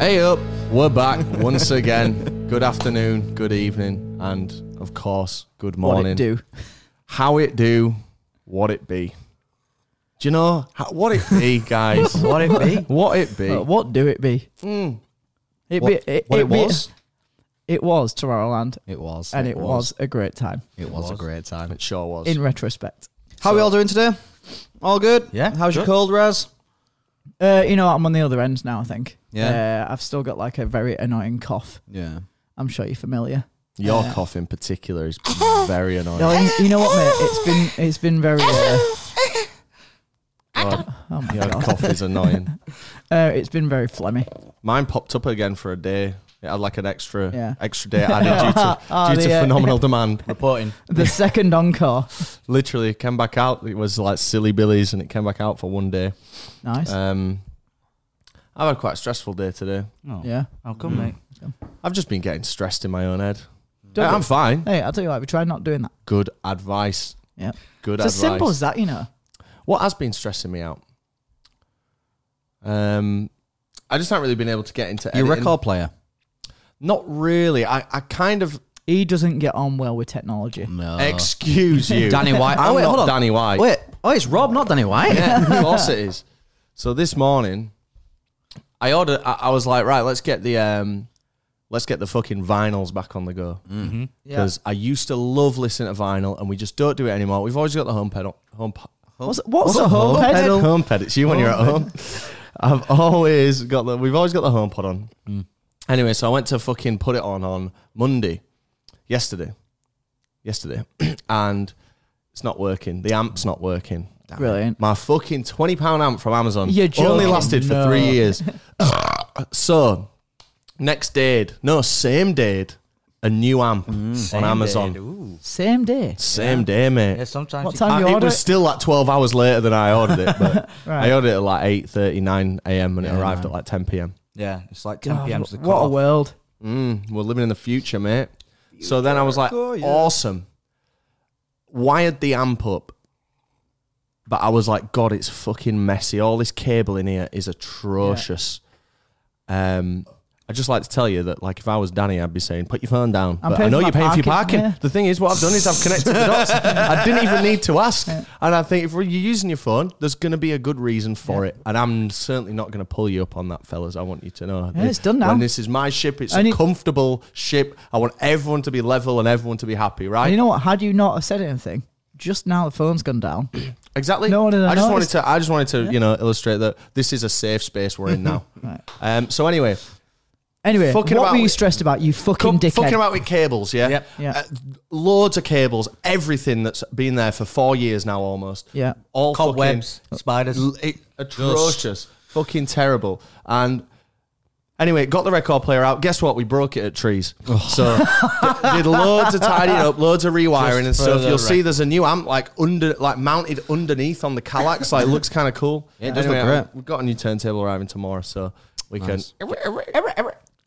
Hey up, we're back once again. good afternoon, good evening, and of course, good What morning. it do? How it do, what it be. Do you know how, what it be, guys? What it be? what it be. what do it be? It What, be. It, what it, be- was? it was Tomorrowland, It was. and it was. a great time. It was a great time. It sure was. In retrospect, How we all doing today? All good? Yeah, How's your good. cold, Raz? uh, you know, I'm on the other end now. I think. Yeah. Uh, I've still got like a very annoying cough. Yeah. I'm sure you're familiar. Your Uh, cough in particular is very annoying. No, you, you know what, mate? It's been it's been very. Uh, oh my Your god! cough is annoying. Uh, it's been very phlegmy. Mine popped up again for a day. It had like an extra Yeah. extra day added due to, Ah, due to the, uh, phenomenal demand. Reporting. The second encore, Literally it came back out. It was like silly billies, and it came back out for one day. nice. Um, I've had quite a stressful day today. yeah. How Oh, come, mate? I've just been getting stressed in my own head. Don't I'm do- fine. Hey, I'll tell you what. We tried not doing that. Good advice. Yeah. Good It's as advice. simple as that, you know. What has been stressing me out? Um, I just haven't really been able to get into Your editing. record player. Not really. I, I kind of He doesn't get on well with technology. No. excuse you. Uh-huh. Danny White. I'm oh, wait, not hold on. Danny White. Wait. Oh, it's Rob, not Danny White. Yeah, of course it is. So this morning, I ordered. I, I was like, right, let's get the um, let's get the fucking vinyls back on the go. Mm-hmm. Because I used to love listening to vinyl, and we just don't do it anymore. We've always got the home pedal. Home. pe- What's, what's a Home home ped- pedal? Home ped. It's you when you're at home. I've always got the. We've always got the home pod on. Mm. Anyway, so I went to fucking put it on on Monday, yesterday, yesterday, and it's not working. The amp's not working. Brilliant. My fucking twenty pound amp from Amazon You're only joking. lasted for No. three years. so next dayed, no, same dayed, a new amp Mm. on Amazon. Same day. Same day, mate. sometimes. What time Uh, you it order? was it? still like 12 hours later than I ordered it, but Right. I ordered it at like 8.39 a.m. and it Yeah, arrived man. at like 10 p.m. Yeah, it's like God, Oh, what a world. Mm, we're living in the future, mate. So then I was like, awesome. Wired the amp up, but I was like, God, it's fucking messy. All this cable in here is atrocious. Um, I just like to tell you that, like, if I was Danny, I'd be saying, "Put your phone down." But I'm I paying know for you're my paying for your parking, parking. yeah. The thing is, what I've done is I've connected the dots. I didn't even need to ask. And I think if you're using your phone, there's going to be a good reason for it. And I'm certainly not going to pull you up on that, fellas. I want you to know. Yeah, it's done now. When this is my ship, it's I a need- comfortable ship. I want everyone to be level and everyone to be happy, right? And you know what? Had you not have said anything, just now the phone's gone down. Exactly. No one had I just wanted noticed. to. I just wanted to, you know, illustrate that this is a safe space we're in now. Mm-hmm. Right. um, so anyway, Anyway, Fucking what about were you with- stressed about? You fucking Come- dickhead. Fucking about with cables, yeah? Yep. Yeah. Uh, loads of cables, everything that's been there for four years now almost. Yeah. All Cobwebs, spiders. fucking l- it- atrocious. Fucking terrible. And anyway, got the record player out. Guess what? We broke it at trees. Oh. So d- did loads of tidying up, loads of rewiring Just and stuff. further You'll see rec- there's a new amp like under like mounted underneath on the Calax. Like looks kind of cool. Yeah, it does look I- great. We've got a new turntable arriving tomorrow, so we Nice. can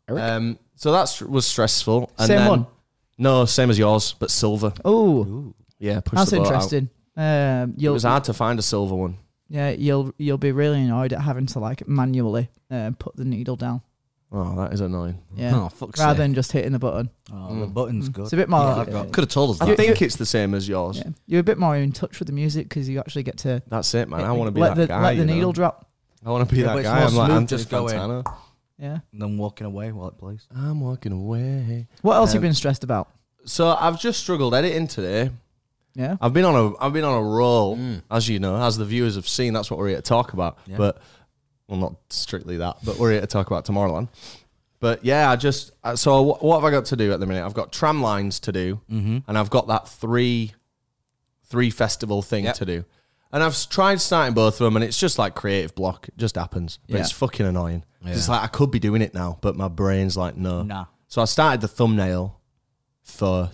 um, so that was stressful. And Same then- one? No, same as yours, but silver. Oh, Yeah, push that's the boat out. interesting. Um, It you'll was hard to find a silver one. yeah, you'll you'll be really annoyed at having to like manually uh, put the needle down. Oh, that is annoying. Yeah, Oh, fuck's rather sake. than just hitting the button. Oh, the button's good. It's a bit more. I've got- Could have told us I that. think it's the same as yours. yeah, you're a bit more in touch with the music because you actually get to That's it, man. I want to be let that the, guy. let the you know? needle drop. I want to be Yeah, that but it's guy. more I'm like smooth, Anthony just go in. Fantano. Yeah. And then walking away while it plays. Oh. I'm walking away. What else you Um, been stressed about? So I've just struggled editing today. Yeah. I've been on a I've been on a roll, as you know, as the viewers have seen. That's what we're here to talk about. Mm. Yeah. But well, not strictly that, but we're here to talk about Tomorrowland. But yeah, I just uh, so wh- what have I got to do at the minute? I've got tram lines to do, Mm-hmm. and I've got that three three festival thing Yep. to do. And I've s- tried starting both of them, and it's just like creative block. It just happens, but Yeah. it's fucking annoying. 'Cause It's Yeah. like I could be doing it now, but my brain's like, no. Nah. So I started the thumbnail for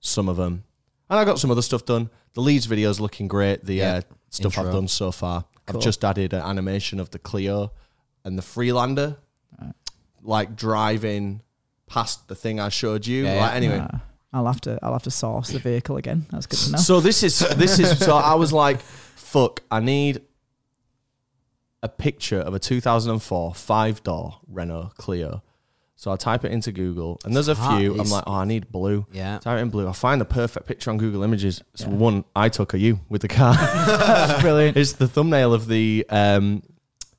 some of them, and I got some other stuff done. The leads video's looking great. The Yeah. uh, stuff I've Intro. done so far, Cool. I've just added an animation of the Clio and the Freelander, like driving past the thing I showed you. Yeah, Like, yeah. anyway, Uh, I'll have to I'll have to source the vehicle again. That's good to know. so this is this is so I was like, fuck, I need a picture of a 2004 five door Renault Clio. So I type it into Google, and there's a hard. few. I'm It's- like, oh, I need blue. Yeah. Type it in blue. I find the perfect picture on Google Images. It's one I took of you with the car. Brilliant. it's the thumbnail of the, um,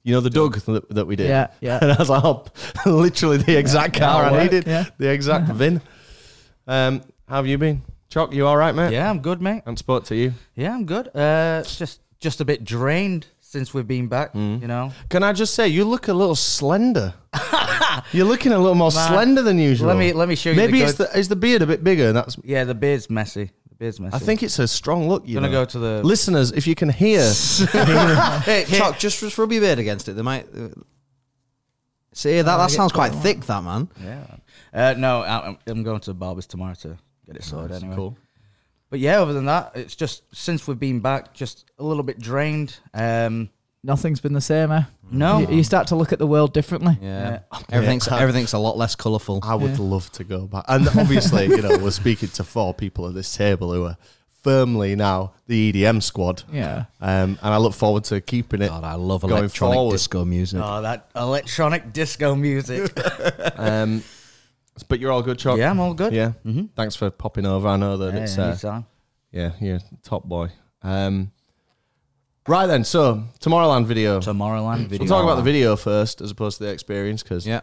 you know, the Doug that, that we did. Yeah, yeah. And I was like, oh, literally the exact car that'll I work, needed, yeah. the exact VIN. Um, how have you been, Chalk? You all right, mate? Yeah, I'm good, mate. And sport to you. Yeah, I'm good. Uh, just just a bit drained since we've been back. You know, Can I just say, you look a little slender. You're looking a little more Man, slender than usual. let me let me show you. Maybe the it's goods. the is the beard a bit bigger, and that's. yeah, the beard's messy. The beard's messy. I think it's a strong look. You gonna know. go to the Listeners, if you can hear, Hey, Chuck, just, just rub your beard against it. They might. uh, See, that, that sounds quite thick, that man. yeah. Uh, no, I- I'm, I'm going to the barber's tomorrow to get it sorted anyway. cool. But yeah, other than that, it's just since we've been back, just a little bit drained. Um, Nothing's been the same, eh? no, You, you start to look at the world differently. Yeah. Yeah. Everything's, everything's a lot less colourful. I would love to go back. And obviously, you know, we're speaking to four people at this table who are firmly now the EDM squad. Yeah. Um, and I look forward to keeping it. God, I love Going electronic forward. disco music. oh, that electronic disco music. Um, but you're all good, Chuck. yeah, I'm all good. Yeah. Thanks for popping over. I know that Yeah, it's uh, anytime. yeah, yeah, top boy. Um, right then, so Tomorrowland video. Tomorrowland video. We'll talk about the video first, as opposed to the experience, because Yeah.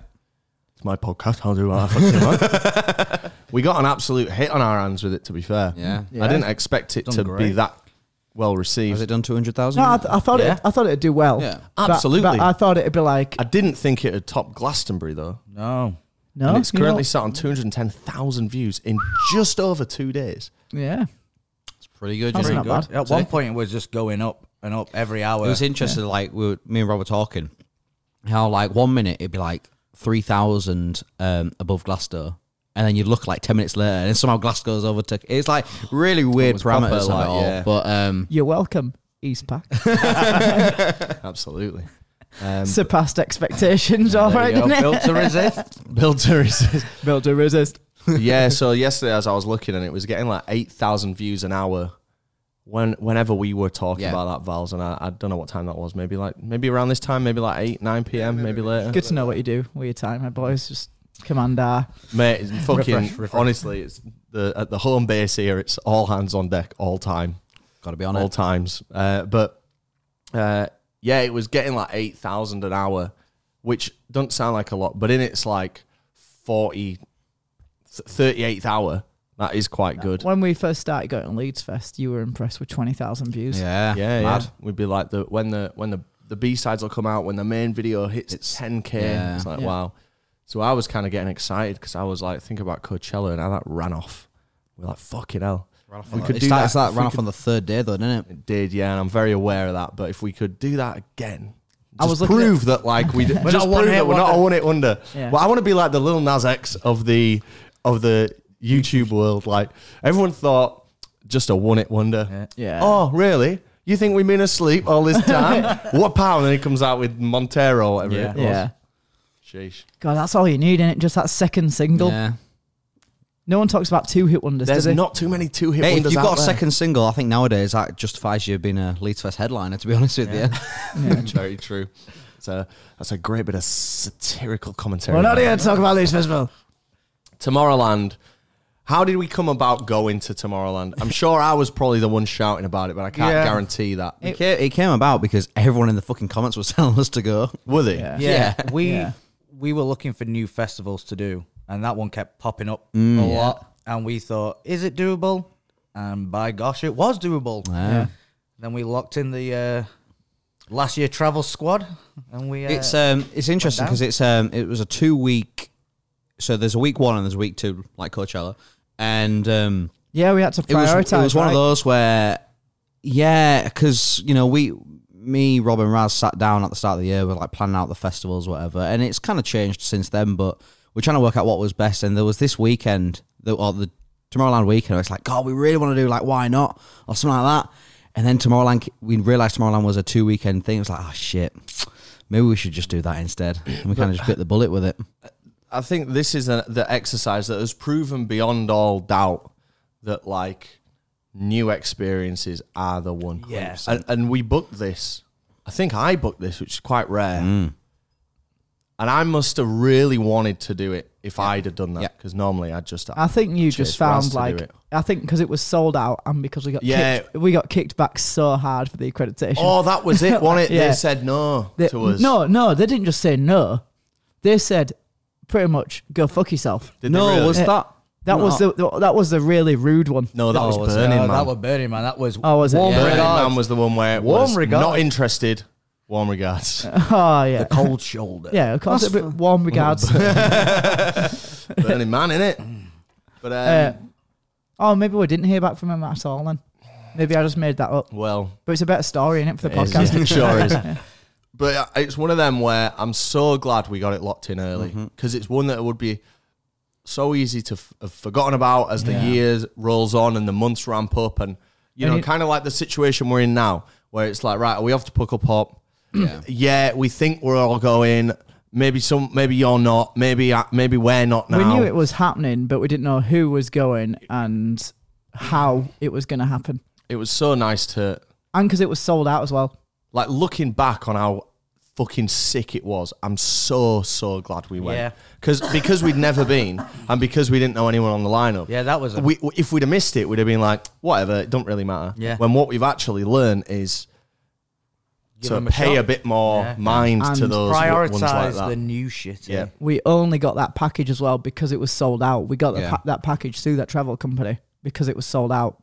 it's my podcast. I'll do what I fucking want. we got an absolute hit on our hands with it. To be fair, Yeah. Mm. I didn't expect it Done to be great. that well Has received. it done 200,000? No, I, th- I thought Yeah. it. I thought it'd do well. Yeah. But- Absolutely. But I thought it'd be like I didn't think it would top Glastonbury though. No. no. and it's you know- currently sat on 210,000 views in just over two days. Yeah. it's pretty good. That's you know. not bad. At one point, it was just going up and up every hour. It was interesting, like we were, me and Rob were talking, how like one minute it'd be like three thousand um, above Glasgow, and then you look like ten minutes later, and then somehow Glasgow's overtook. It's like really weird was proper, like, parameters, like, all. yeah. But um, You're welcome. East Pack Absolutely. Um, surpassed expectations. All There right, you go. didn't it? built to resist. build to resist. Built to resist. yeah, so yesterday as I was looking and it was getting like 8,000 views an hour when whenever we were talking Yeah. about that, Vals, and I, I don't know what time that was. Maybe like, maybe around this time, maybe like 8, 9 p.m., maybe later. Good to know what you do with your time, my boys. Just commander. Mate, it's fucking, Refresh, refresh. honestly, it's the at the home base here, it's all hands on deck all time. gotta be on all it. times. Uh, but uh, yeah, it was getting like eight thousand an hour, which doesn't sound like a lot, but in its like 40, th- 38th hour, that is quite good. When we first started going on Leeds Fest, you were impressed with twenty thousand views. Yeah, Yeah, mad. yeah. We'd be like the when the when the the B sides will come out when the main video hits ten k. yeah. It's like Yeah. wow. So I was kind of getting excited because I was like, think about Coachella and how that ran off. We're like, fucking hell. We could could do do that that. if that we ran off could- on the third day, though, didn't it? It did, yeah, and I'm very aware of that. But if we could do that again, I just was looking prove that like we d- We're just not one prove hit that we're not a wonder. one it under. Yeah. Well, I want to be like the little Nas X of the of the YouTube world. Like everyone thought, just a one it wonder. Yeah. Oh, really? You think we've been asleep all this time? what power? And then he comes out with Montero, or whatever. Yeah. It was. Yeah. Sheesh. God, that's all you need, innit? Just that second single. Yeah. No one talks about two hit wonders, There's does it? not too many two hit Hey, if wonders. you've out got a there. second single, I think nowadays that justifies you being a Leeds Fest headliner. To be honest with you, very true. So that's a great bit of satirical commentary. We're not here to talk about Leeds Festival. Tomorrowland. How did we come about going to Tomorrowland? I'm sure I was probably the one shouting about it, but I can't Yeah. guarantee that. it, came, it came about because everyone in the fucking comments was telling us to go. Were they? Yeah. Yeah, we Yeah. we were looking for new festivals to do, and that one kept popping up a lot. And we thought, is it doable? And by gosh, it was doable. Yeah. Then we locked in the uh, last year travel squad, and we uh, It's um, it's interesting because it's um, it was a two week. So there's a week one and there's a week two, like Coachella, and um, Yeah, we had to it was prioritize. it was one right? of those where, yeah, because you know we, me, Rob and Raz sat down at the start of the year, we're like planning out the festivals, whatever, and it's kind of changed since then. But we're trying to work out what was best, and there was this weekend, the, or the Tomorrowland weekend, where it's like, God, we really want to do like why not or something like that, and then Tomorrowland, we realized Tomorrowland was a two weekend thing. It was like, oh shit. Maybe we should just do that instead. And we kind of just bit the bullet with it. I think this is a, the exercise that has proven beyond all doubt that like new experiences are the one. Yeah. And, and we booked this I think I booked this, which is quite rare. And I must have really wanted to do it if I'd have done Yeah. that because normally I'd just. I think you Cheers just for us to found do like it. I think because it was sold out and because we got Yeah. kicked, we got kicked back so hard for the accreditation. Oh, that was it, wasn't it? Yeah. They said no They- to us. No, no, they didn't just say no. They said pretty much go fuck yourself. Did they no, really? was Yeah. that? That was the, the- that was the really rude one. no, that No, was, was it? Burning Oh, Man. that was Burning Man. That was Oh, was it? Warm Yeah. Burning Regards. Man was the one where it Warm was regards. not interested. Warm regards. Oh yeah, cold shoulder. yeah. Of course, a bit warm regards. Burning Man, innit? But um, Uh, oh, maybe we didn't hear back from him at all. Then maybe I just made that up. well, But it's a better story in it for the it is, podcast. yeah, it sure is. But uh, it's one of them where I'm so glad we got it locked in early Mm-hmm. because it's one that would be so easy to f- have forgotten about as the years rolls on and the months ramp up, and you And know, it- kind of like the situation we're in now, where it's like, right, are we off to Puckle Pop? Yeah. we think we're all going. Maybe some, maybe you're not. Maybe I, maybe we're not now. We knew it was happening, but we didn't know who was going and how it was going to happen, It was so nice to and because it was sold out as well. like looking back on how fucking sick it was i'm so so glad we went Yeah. because because we'd never been and because we didn't know anyone on the lineup Yeah, that was a- we, if we'd have missed it we'd have been like whatever it don't really matter Yeah. when what we've actually learned is Give to 'em a pay shot. a bit more Yeah. mind to And those w- ones like Prioritize that the new shit. eh? yeah We only got that package as well because it was sold out. We got the Yeah. pa- that package through that travel company because it was sold out,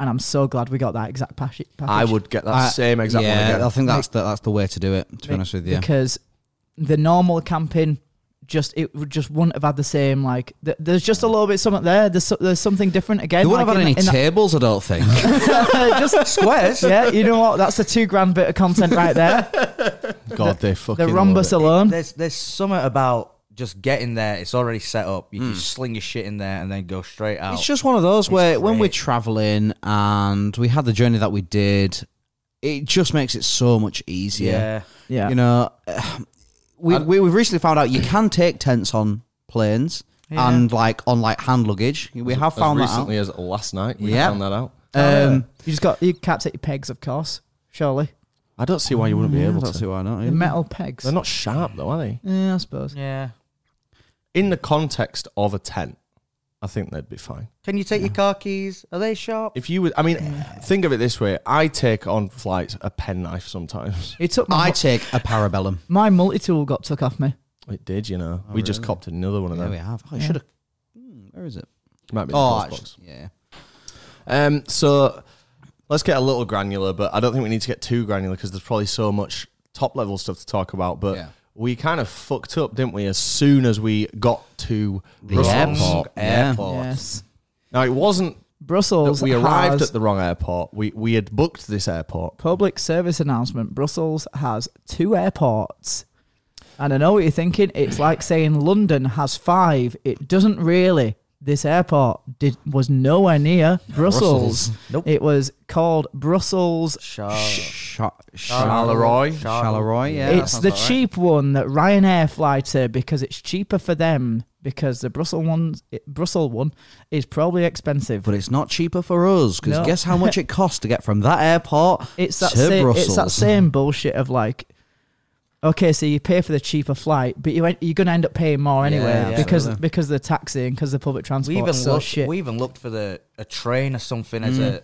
and I'm so glad we got that exact pas- package. i would get that I- same exact yeah, one I again think that's the, that's the way to do it. To be honest with you, because the normal camping just it would just wouldn't have had the same like. Th- there's just a little bit something there. There's so- there's something different again. they wouldn't like have had any in- in that- tables. I don't think. just squares. Yeah, you know what? That's a two grand bit of content right there. god they fucking The love rhombus it. alone. There's there's something about just getting there. It's already set up. You can sling your shit in there and then go straight out. It's just one of those where when we're great. traveling and we had the journey that we did, it just makes it so much yeah. easier. Yeah. You know, we, we we've recently found out you can take tents on planes Yeah. and like on like hand luggage. We have found as that out. recently as last night we Yeah. found that out Um, Oh, you just got you can't take your pegs, of course. Surely i don't see why you wouldn't be I able don't to see why not. the metal pegs. they're not sharp though are they Yeah, I suppose. Yeah. in the context of a tent i think they'd be fine Can you take your car keys? Are they sharp? If you would, I mean, think of it this way: I take on flights a penknife sometimes. It took my I take a parabellum. my multi tool got took off me. It did, you know. Oh, we just copped another one of Yeah, them. we have. Oh, I Yeah. should have. Hmm, Where is it? Might be in the Oh, post actually, box. yeah. Um, so let's get a little granular, but I don't think we need to get too granular because there's probably so much top level stuff to talk about. But Yeah. we kind of fucked up, didn't we? As soon as we got to the airport, yeah. airport. Yes, Now it wasn't that Brussels. we arrived has- at the wrong airport. We we had booked this airport. public service announcement. Brussels has two airports. And I know what you're thinking. It's like saying London has five. It doesn't really. This airport did was nowhere near Brussels. Nope. It was called Brussels. Sharp. Char- Oh. Charleroi. Charleroi, yeah. that it's sounds the about right. cheap one that Ryanair fly to because it's cheaper for them. Because the Brussels one, Brussels one, is probably expensive. But it's not cheaper for us because No. guess how much it costs to get from that airport it's that to same, Brussels. it's that same bullshit of like okay so you pay for the cheaper flight but you en- you're going to end up paying more Yeah, anyway yeah. because Absolutely. because the taxi and because the public transport We even so looked. shit We even looked for the a train or something as a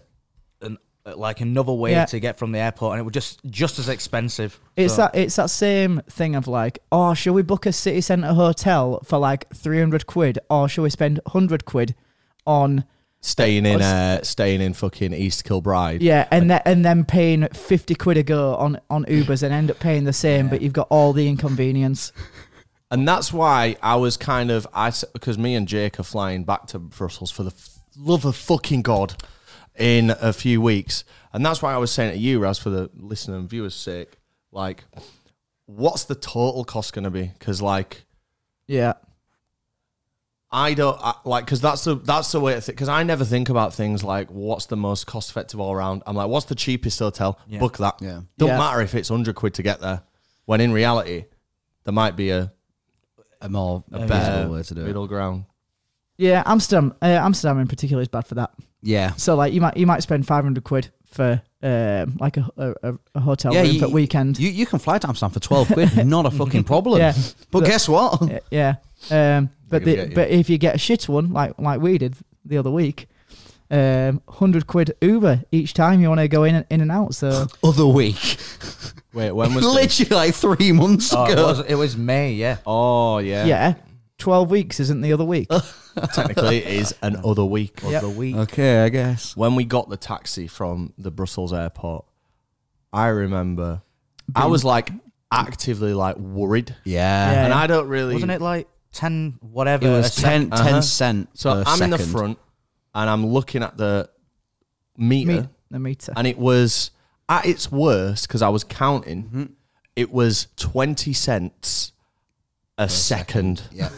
an like another way Yeah. to get from the airport, and it was just just as expensive. it's So- that it's that same thing of like oh shall we book a city centre hotel for like 300 quid or shall we spend 100 quid on Staying in, Us- uh, staying in fucking East Kilbride. yeah and then and then paying 50 quid a go on on ubers and end up paying the same but you've got all the inconvenience And that's why I was kind of I because me and Jake are flying back to Brussels for the f- love of fucking god in a few weeks, and that's why I was saying to you, Raz, for the listener and viewers' sake, like, what's the total cost going to be? Because like. yeah I don't I, like because that's the that's the way to think. Because I never think about things like what's the most cost effective all around. I'm like, what's the cheapest hotel? Book that. Yeah. Don't Yeah. matter if it's hundred quid to get there. When in reality, there might be a, a more a better better way to do it. middle ground. yeah amsterdam uh, amsterdam in particular is bad for that Yeah. So like you might you might spend five hundred quid for um, like a a, a- a hotel Yeah, room you- for weekend. You, you can fly to Amsterdam for 12 quid, not a fucking problem. Yeah. But guess what? Y- yeah. Um, but You're gonna the, get you. but if you get a shit one like like we did the other week, um, hundred quid Uber each time you want to go in and, in and out. So Other week. Wait, when was this? Literally like three months Oh, it, ago. was, it was May, yeah. Oh yeah. yeah. twelve weeks isn't the other week. Technically, it is an other week. Of the week. Okay, I guess. When we got the taxi from the Brussels airport, I remember I was like actively like worried, Yeah. and I don't really Wasn't it like 10 whatever? It a was 10, sec- 10 cent uh-huh. So per I'm in the second. front, and I'm looking at the meter, Me- the meter. and it was at its worst because I was counting. It was twenty cents a second. Yeah.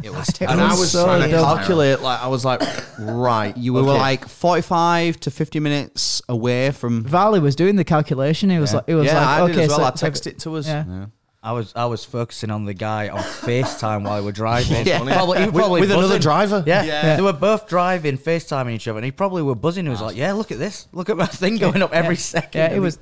It was It And I was so trying to dumb. calculate, like I was like, right, You were okay. like 45 to 50 minutes away from. Valley was doing the calculation. He was like, he was yeah, like, I okay, did as well. so I texted it to us. Yeah. I was I was focusing on the guy on FaceTime while we were driving. Yeah. Probably, he With- probably with another buzzing. driver? Yeah. Yeah. They were both driving, FaceTiming each other, and he probably were buzzing. He was like, Yeah, look at this. Look at my thing going up every second. Yeah, And it he- was.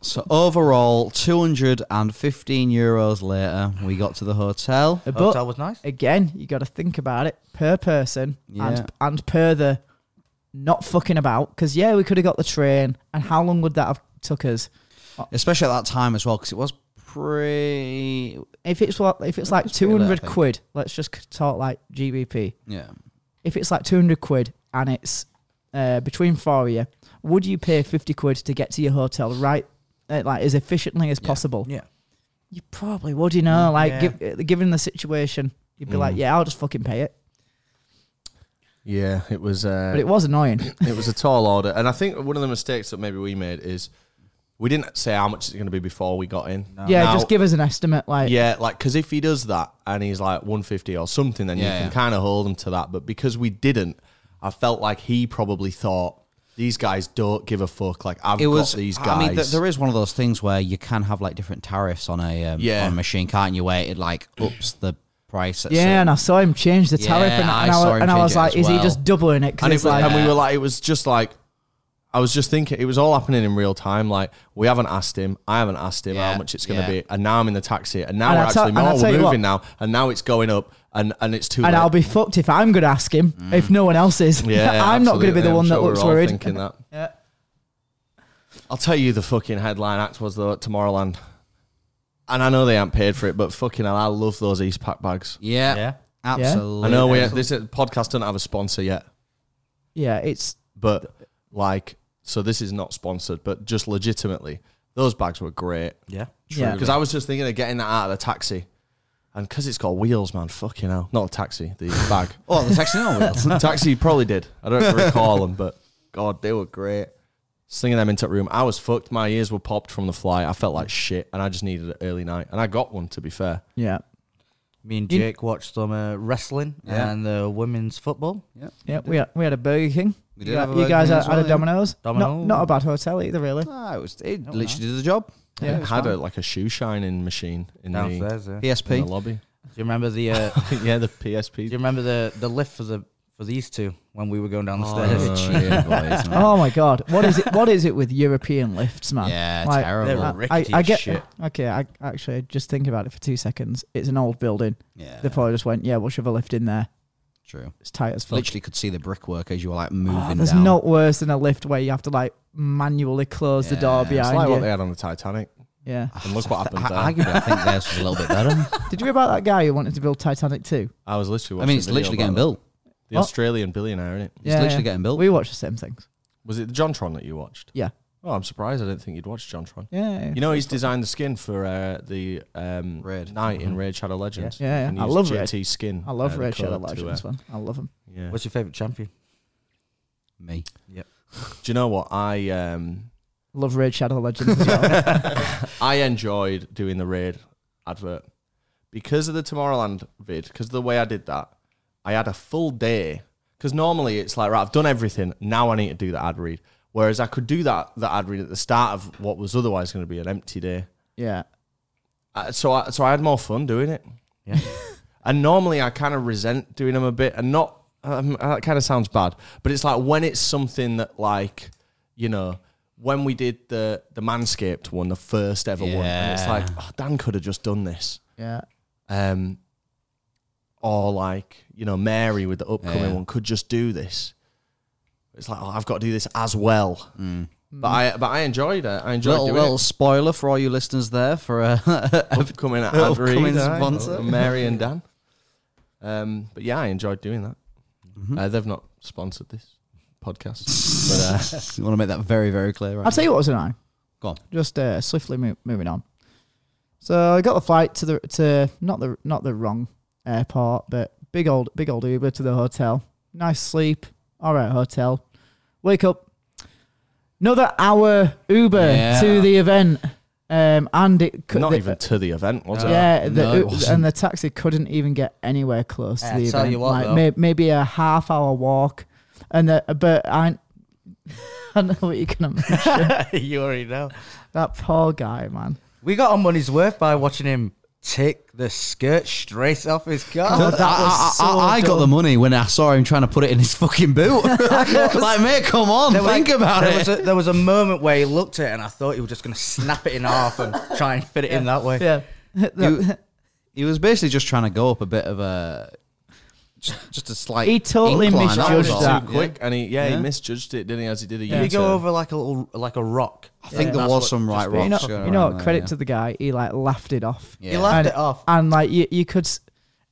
So overall, 215 euros later, we got to the hotel. But Hotel was nice. again, you got to think about it per person Yeah. and and per the not fucking about. Because yeah, we could have got the train, and how long would that have took us? Especially at that time as well, because it was pretty. If it's what if it's like pretty two low, I hundred think. quid, let's just c- talk like GBP. Yeah. If it's like two hundred quid and it's uh, between four of you, would you pay fifty quid to get to your hotel right, uh, like as efficiently as possible? Yeah. You probably would, you know, like Yeah. giv uh given the situation, you'd be like, yeah, I'll just fucking pay it. yeah, it was. Uh, But it was annoying. It was a tall order, and I think one of the mistakes that maybe we made is we didn't say how much it's going to be before we got in. yeah, Now- just give us an estimate, like yeah, like because if he does that and he's like 150 or something, then you Yeah, can yeah. kind of hold him to that. But because we didn't, I felt like he probably thought these guys don't give a fuck. Like I've It was got these guys. I mean, th- there is one of those things where you can have like different tariffs on a um, Yeah. on a machine, can't you? Where it like ups the price. at Yeah, certain- and I saw him change the tariff, Yeah, and, and I I, saw was, him and I change was it like, as "Is well. he just doubling it?" and, Because it was, it's like, and we were like, it was just like. I was just thinking, it was all happening in real time. Like we haven't asked him, I haven't asked him Yeah, how much it's going yeah. to be, and now I'm in the taxi, and now And we're I tell- actually and I more, tell we're you moving now, and now it's going up, and and it's too. and late. I'll be fucked if I'm going to ask him if no one else is. Yeah, I'm not going to be absolutely. the I'm one sure that we're looks all worried. Thinking that. Yeah. I'll tell you the fucking headline act was though at Tomorrowland, and I know they ain't paid for it, but fucking hell, I love those East Pack bags. yeah, Yeah. absolutely. I know we this podcast doesn't have a sponsor yet, Yeah, it's but like, so this is not sponsored, but just legitimately, those bags were great Yeah. yeah. because I was just thinking of getting that out of the taxi, and because it's got wheels, man, fucking hell, not a taxi, the bag. Oh, the taxi no wheels. Taxi probably did. I don't recall them, but God, they were great. Slinging them into a room. I was fucked. My ears were popped from the flight. I felt like shit, and I just needed an early night. And I got one, to be fair. Yeah, Me and You- Jake watched some uh, wrestling Yeah. and the women's football. yeah. We had, we had a Burger King. We did you have guys- a you Burger guys King had, as had well, a yeah. Domino's. Domino's. Not, not a bad hotel either, really. Ah, it was, it literally did the job. Oh, Yeah. It had a, like a shoe shining machine in, the, in Downstairs, yeah. the PSP. lobby. Do you remember the uh, yeah, the Do you PSP. remember the, the lift for the for these two when we were going down the stairs? Oh, yeah, boys, man. Oh my god, what is it? What is it with European lifts, man? Yeah, Like, terrible. I- They're I, rickety I as get shit. okay. I actually just think about it for two seconds. It's an old building. yeah, They probably just went, yeah, we'll shove a lift in there. true. It's tight as fuck. Literally could see the brickwork as you were like Oh, moving there's down. not worse than a lift where you have to like manually close the door Yeah. It's It's behind like you. what they had on the Titanic. yeah. And look what happened I, there. I- arguably, I think theirs was a little bit better. Did you hear about that guy who wanted to build Titanic 2? I was literally I watching mean, a it's video literally about getting that. built. Oh. The What? Australian billionaire, isn't it? It's literally getting built. We watch the same things. Was it the Jontron that you watched? Yeah. Oh, I'm surprised. I didn't think you'd watched Jontron. Yeah. You know, he's designed the skin for uh, the um, Raid. Knight in Raid Shadow Legends. Mm-hmm. Yeah, yeah. And I used love GT skin. I love uh, the Red Shadow colour to, Legends, uh, man. I love them. yeah. What's your favorite champion? Me. Do you know what I um Love Red Shadow Legends as well. I enjoyed doing the raid advert because of the Tomorrowland vid because the way I did that I had a full day because normally it's like right I've done everything now I need to do the ad read whereas I could do that the ad read at the start of what was otherwise going to be an empty day yeah. uh, so I, so I had more fun doing it. Yeah. and normally I kind of resent doing them a bit, and not uh, um, that kind of sounds bad, but it's like when it's something that like you know when we did the the Manscaped one, the first ever one, and it's Yeah. like oh, Dan could have just done this, Yeah. um, or like you know Mary with the upcoming Yeah. one could just do this. It's like oh, I've got to do this as well, but I but I enjoyed it. I enjoyed Mm. Mm. Little, doing little it. spoiler for all you listeners there for uh, Upcoming at upcoming Avery, Oh, sponsor. Mary and Dan. Um, but yeah, I enjoyed doing that. Uh, they've not sponsored this podcast. But uh, you want to make that very, very clear. Right I'll tell you what was an eye. Go on. Just uh, swiftly mo- moving on. So I got the flight to the to not the not the wrong airport, but big old big old Uber to the hotel. Nice sleep. All right, hotel. Wake up. Another hour Uber Yeah. to the event, um, and it could not the, even to the event, was it? Yeah, the, No, it U- wasn't. and the taxi couldn't even get anywhere close Yeah, to the tell event. you what, like though. may, maybe a half hour walk, and the, but I, I know what you're gonna you already know. That poor guy, man. We got our money's worth by watching him take the skirt straight off his car. God, that I, I, was so I- I got the dumb. money when I saw him trying to put it in his fucking boot. like, mate, come on, There was- think about there it. Was a, there was a moment where he looked at it and I thought he was just going to snap it in half and try and fit it in that way. Yeah. You- he was basically just trying to go up a bit of a, just, just a slight. He totally incline, misjudged was Too all. that. quick, and he yeah, Yeah. he misjudged it, didn't he? As he did a Did year. he go over like a little, like a rock? I think there That's was what- some right you know, rocks. going you know around what, there, credit yeah. to the guy, he like laughed it off. Yeah. He laughed And- it off. And like you, you could, s-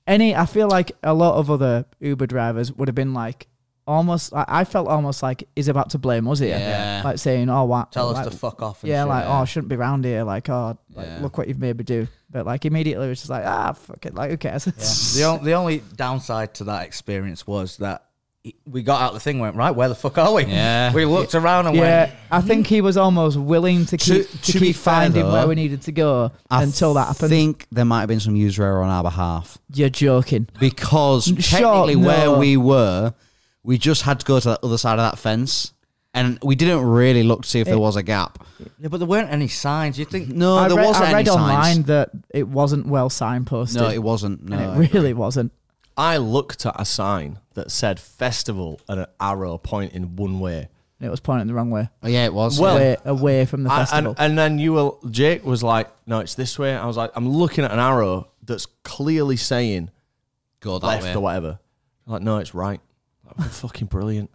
any, I feel like a lot of other Uber drivers would have been like, almost, like, I felt almost like he's about to blame us here. Yeah. Like saying, oh, what? Tell like, us to fuck off. And Yeah, shit. like, oh, I shouldn't be round here. Like, oh, like, Yeah. look what you've made me do. But like immediately it was just like, ah, fuck it. Like, who cares? The, on, the only downside to that experience was that he- we got out the thing, went right. Where the fuck are we? Yeah. We looked around and Yeah, I think he was almost willing to To- keep to, to be keep fair, finding though, where we needed to go I until that happened. think there might have been some user error on our behalf You're joking. because Sure, technically where no. we were, we just had to go to the other side of that fence, and we didn't really look to see if there was a gap. went. Yeah, but there weren't any signs. You think? No, I Oh, there read, wasn't I read any online signs. that it wasn't well signposted. No, it wasn't. No, and it really wasn't. I looked at a sign that said festival and an arrow pointing one way. And it was pointing the wrong way. Oh, yeah, it was. Well- away, away from the I- festival. and, and then you were, Jake was like, no, it's this way. I was like, I'm looking at an arrow that's clearly saying go that left way. or whatever. I'm like, no, it's right. Like, fucking brilliant.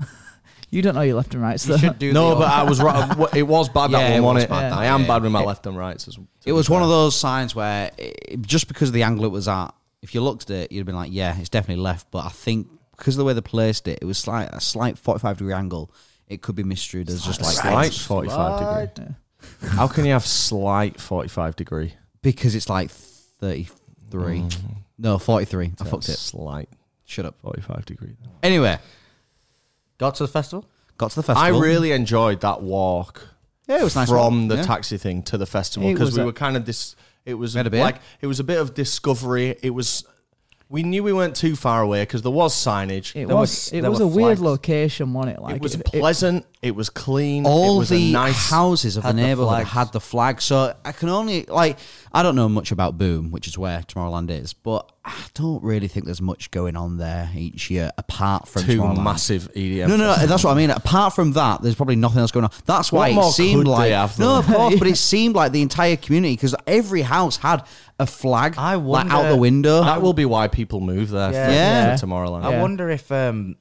you don't know your left and right, so You should do. no, the but I was right. It was bad Yeah, that it one, was wasn't it? bad, that I am one. bad with my left and rights. as- to It be was one fair. of those signs where it, just because of the angle it was at, if you looked at it, you'd have been like, yeah, it's definitely left. But I think because of the way they placed it, it was slight a slight forty five degree angle. It could be misstrued as just like slight 45 degree. How can you have slight 45 degree? because it's like thirty three, Mm. no forty three. I fucked it. Slight Shut up. 45 degree. Anyway, got to the festival. got to the festival. I really enjoyed that walk. Yeah, it was nice from walk, the yeah. taxi thing to the festival It because was we a- were kind of this. It was Had a beer? like it was a bit of discovery. It was we knew we weren't too far away because there was signage. it It, There was, was- it there was were a weird flags. location, wasn't it? Like was it- it- pleasant. It, was clean. all it was the a nice houses of the had the neighborhood flags. had the flag. So I can only like I don't know much about Boom, which is where Tomorrowland is, but I don't really think there's much going on there each year apart from two Tomorrowland. massive E EDM. No, no, no, that's what I mean. Apart from that, there's probably nothing else going on. That's why What it more seemed could they like have, no, though? of course, but it seemed like the entire community because every house had a flag I like, out wonder- the window. That will be why people move there. Yeah. for- Yeah. for Tomorrowland. I Yeah. wonder if um,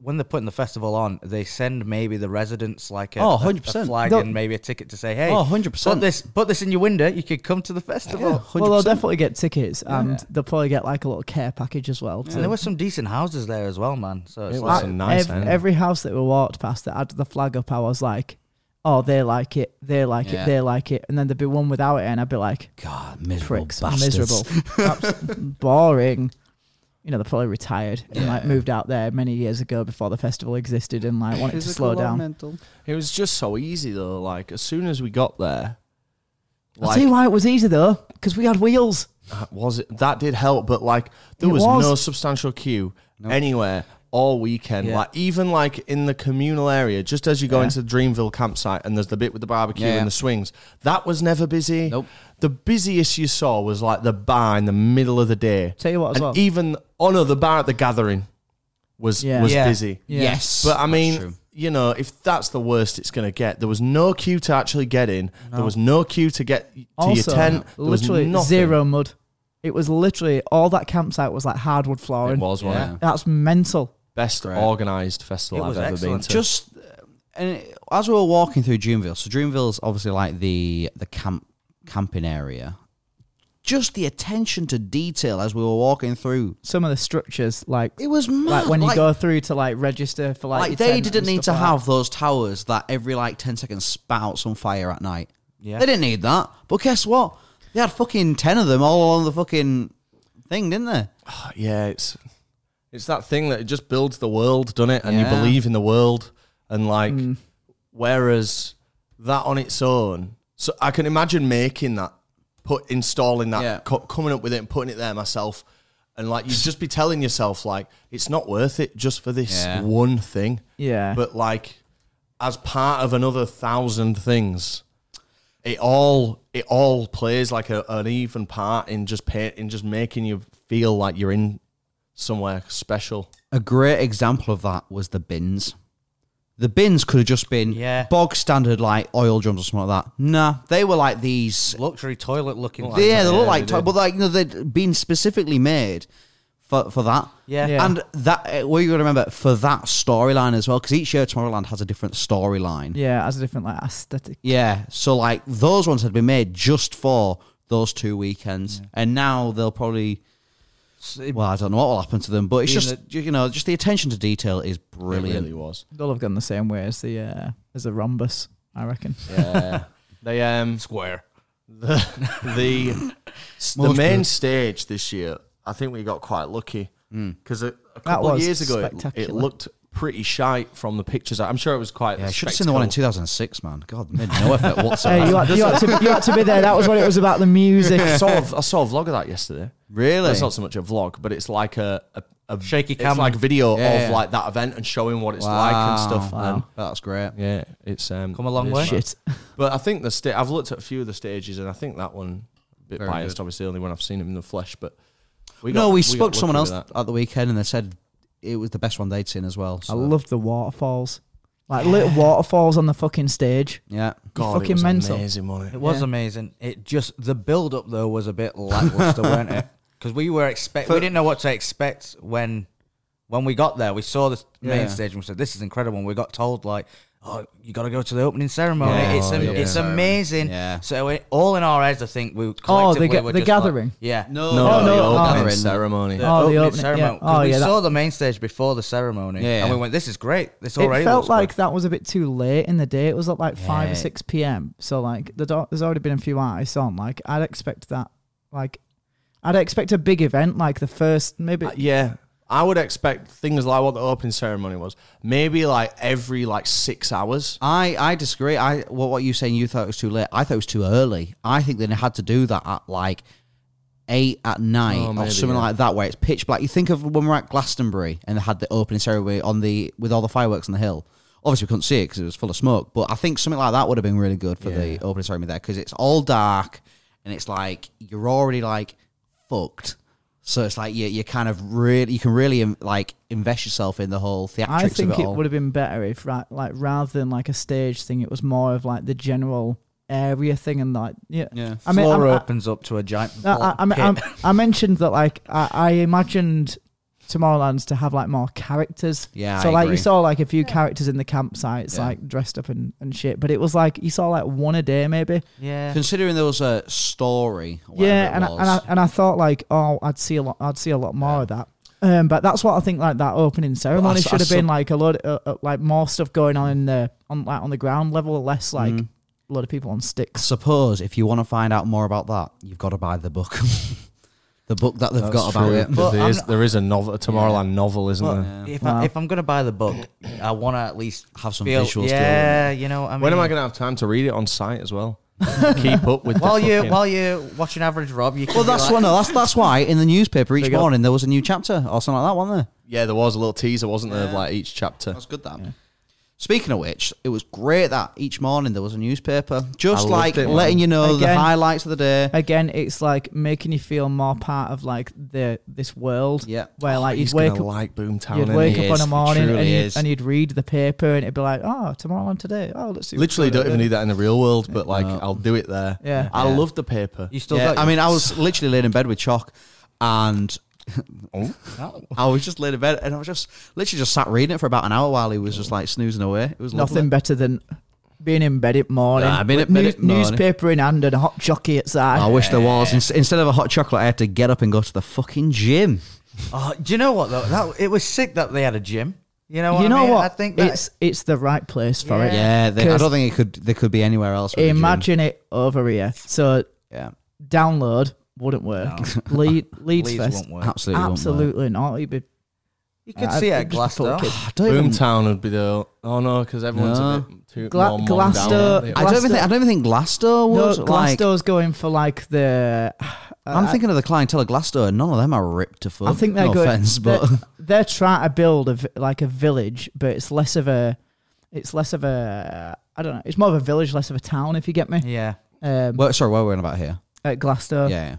when they're putting the festival on, they send maybe the residents like a, Oh, a- a 100%. flag They'll- and maybe a ticket to say, hey, Oh, 100%. Put this, put this in your window. You could come to the festival. well, they'll definitely get tickets, and they'll probably get like a little care package as well. And To, there were some decent houses there as well, man. So it's It like, was a nice Ev- end. every house that we walked past that had the flag up, I was like, oh, they like it, they like Yeah. it, they like it. And then there'd be one without it, and I'd be like, God, miserable pricks, bastards. miserable, Abs- boring. You know, they're probably retired and like moved out there many years ago before the festival existed and like wanted to slow down. It was just so easy though. Like as soon as we got there, I'll tell you why it was easy though, because we had wheels. That was it? That did help, but like there It was, was. no substantial queue anywhere all weekend. Yeah. Like even like in the communal area, just as you go into the Dreamville campsite and there's the bit with the barbecue Yeah. and the swings, that was never busy. Nope. The busiest you saw was like the bar in the middle of the day. Tell you what as and well. even oh no, the bar at the gathering was Yeah. was Yeah. busy. Yeah. Yes, But I that's mean, true. you know, if that's the worst it's going to get, there was no queue to actually get in. There was no queue to get to also, your tent. There was literally nothing. zero mud. It was literally all that campsite was like hardwood It flooring. was one of Yeah. the That's mental. best organized festival I've It was ever been excellent. to. Just uh, and it- as we were walking through Dreamville, so Dreamville's obviously like the the camp camping area. Just the attention to detail as we were walking through, Some of the structures, like it was mad. like when you go through to like register for like, like, your they tent didn't and need to stuff like have those towers that every like 10 seconds spout some fire at night. Yeah. They didn't need that. But guess what? They had fucking 10 of them all along the fucking thing, didn't they? yeah, it's it's that thing that it just builds the world, doesn't it? And Yeah. Mm. you believe in the world, and like, whereas that on its own, so I can imagine making that, put installing that, Yeah. co- coming up with it, and putting it there myself, and like you'd just be telling yourself like it's not worth it just for this Yeah. one thing, Yeah. but like as part of another thousand things. It all it all plays like a, an even part in just pay, in just making you feel like you're in somewhere special. A great example of that was the bins. The bins could have just been Yeah. bog standard like oil drums or something like that. Nah, they were like these. Luxury toilet looking. they- yeah, they look Yeah, like, they to- do. but like you know, they'd been specifically made for for that. Yeah. Yeah. and that uh, what you got to remember for that storyline as well, because each year Tomorrowland has a different storyline. that. yeah, as a different like aesthetic. Yeah. So like those ones had been made just for those two weekends, and now they'll probably. Well, I don't know what will happen to them, but it's Being just you know, just the attention to detail is brilliant. It really was. They'll have gone the same way as the uh, as the rhombus, I reckon. Yeah. they um square. the the, s- the Most main good. stage this year. I think we got quite lucky Hmm. because a, a couple of was years ago it, it spectacular. looked pretty shite from the pictures. I'm sure it was quite. Yeah, I should have seen the one in 2006, man. God, made no effort Hey, you whatsoever. had, you, had to, you had to be there. That was what it was about. The music. I saw, a, I saw a vlog of that yesterday. really? It's not so much a vlog, but it's like a, a, a Shaky it's cam. like video Yeah. of like that event and showing what it's Wow. like and stuff. Wow. And, That's great. yeah, it's um, Come a long it is way. mad. Shit. But I think the sta- I've looked at a few of the stages, and I think that one a bit biased, obviously, only when I've seen him in the flesh. But we no, got- we, got spoke to someone lucky else with at the weekend and they said it was the best one they'd seen as well. I so- loved the waterfalls. Like little waterfalls on the fucking stage. Yeah. God, fucking it was mental. amazing, wasn't It it? was Yeah. amazing. It just the build up though was a bit lackluster, weren't it? Because we were expect we didn't know what to expect when when we got there. We saw the main Yeah. stage and we said, "This is incredible." And we got told like, "Oh, you got to go to the opening ceremony. Yeah. It's Oh, am- yeah. it's amazing." Yeah. So it, all in our heads, I think we Oh, the collectively ga- were the just like- gathering? yeah. No, Oh, no, no, the oh. opening Gathering. ceremony. The Oh, the opening opening- ceremony. yeah. 'Cause Oh, we yeah, that- saw the main stage before the ceremony, Yeah, and we yeah. went, "This is great. This already It felt looks good." like that was a bit too late in the day. It was at like five Yeah. or six p.m. So like the do- there's already been a few artists on. Like I'd expect that. Like I'd expect a big event like the first maybe. Uh, yeah, I would expect things like what the opening ceremony was. Maybe like every like six hours. I, I disagree. I what what you saying? You thought it was too late. I thought it was too early. I think they had to do that at like eight at night Oh, or maybe, something yeah. like that, where it's pitch black. You think of when we we're at Glastonbury and they had the opening ceremony on the with all the fireworks on the hill. Obviously, we couldn't see it because it was full of smoke. But I think something like that would have been really good for the opening ceremony there because it's all dark and it's like you're already like fucked. So it's like you you kind of really you can really um, like invest yourself in the whole theatrics I of think it, it all. would have been better if right, like rather than like a stage thing, it was more of like the general area thing and like yeah. Yeah. I mean, floor I'm- I- opens up to a giant. No, I, I, pit. I, I mentioned that like I, I imagined Tomorrowland's to have like more characters. Yeah, So I like you agree. saw like a few characters in the campsites, Yeah. like dressed up and, and shit. But it was like you saw like one a day maybe. yeah. Considering there was a story, or whatever Yeah, it and I, was, and I and I thought like oh I'd see a lot I'd see a lot more of that. Um, but that's what I think like that opening ceremony I s- I should have been sub- like a lot uh, uh, like more stuff going on in the on like on the ground level, less like Mm. a lot of people on sticks. suppose if you want to find out more about that, you've got to buy the book. the book that they've got about it. But there I'm is not- there is a novel, a Tomorrowland novel, isn't But there? if, Wow. I, if I'm gonna buy the book, I want to at least Have some feel, visuals. Yeah, you know. I mean, When Mm. am I going to have time to read it on site as well? Keep up with While the you fucking- while you watching average Rob, you can Well, be that's like, one. No, that's that's why in the newspaper each Big up. morning there was a new chapter or something like that, wasn't there? yeah, there was a little teaser, wasn't there, of like each chapter? That's good. That. Speaking of which, it was great that each morning there was a newspaper, just loved like it, man. letting you know the Again. highlights of the day. Again, it's like making you feel more part of like the this world. Yeah. Oh, Where like He's you'd gonna wake up, like Boomtown. you'd innit? wake He up on is. a He morning and truly you'd, is. and you'd read the paper and it'd be like, oh, tomorrow and today. Oh, let's see. what's Literally, going don't even on today." need that in the real world, but like, I'll do it there. Yeah. I Yeah. love the paper. You still Yeah, got. I mean, I was literally laying in bed with Chalk, and I was just laying in bed, and I was just literally just sat reading it for about an hour while he was just like snoozing away. It was Nothing better than being in bed at morning. Nah, being with in bed at morning. Newspaper in hand and a hot jockey outside. I wish there was. Ins- Instead of a hot chocolate, I had to get up and go to the fucking gym. Oh, do you know what though? That it was sick that they had a gym. You know what? you I know mean? what? I think that it's it's the right place for it. Yeah, they, I 'Cause don't think it could. They could be anywhere else. With a gym. Imagine it over here. So yeah, download wouldn't work. Lead Leeds, Leeds Fest, won't work. absolutely, won't work. Ah, absolutely not. It'd be You could I'd- see it it'd at just be full of Glasgow. kids. I don't even. Boomtown would be the oh no, because everyone's a bit too Gla- more Glasgow- Glasgow. Down, aren't they? I don't even think. I don't even think Glasto No, was like. Glasgow's going for like the. I'm I- thinking of the clientele of Glasto, and none of them are ripped to fuck. I think they're no going. offense, they're, but they're trying to build a vi- like a village, but it's less of a. It's less of a. I don't know. It's more of a village, less of a town. If you get me. Yeah. Um, well, sorry, what are we on about here? at Glasgow, Yeah, yeah.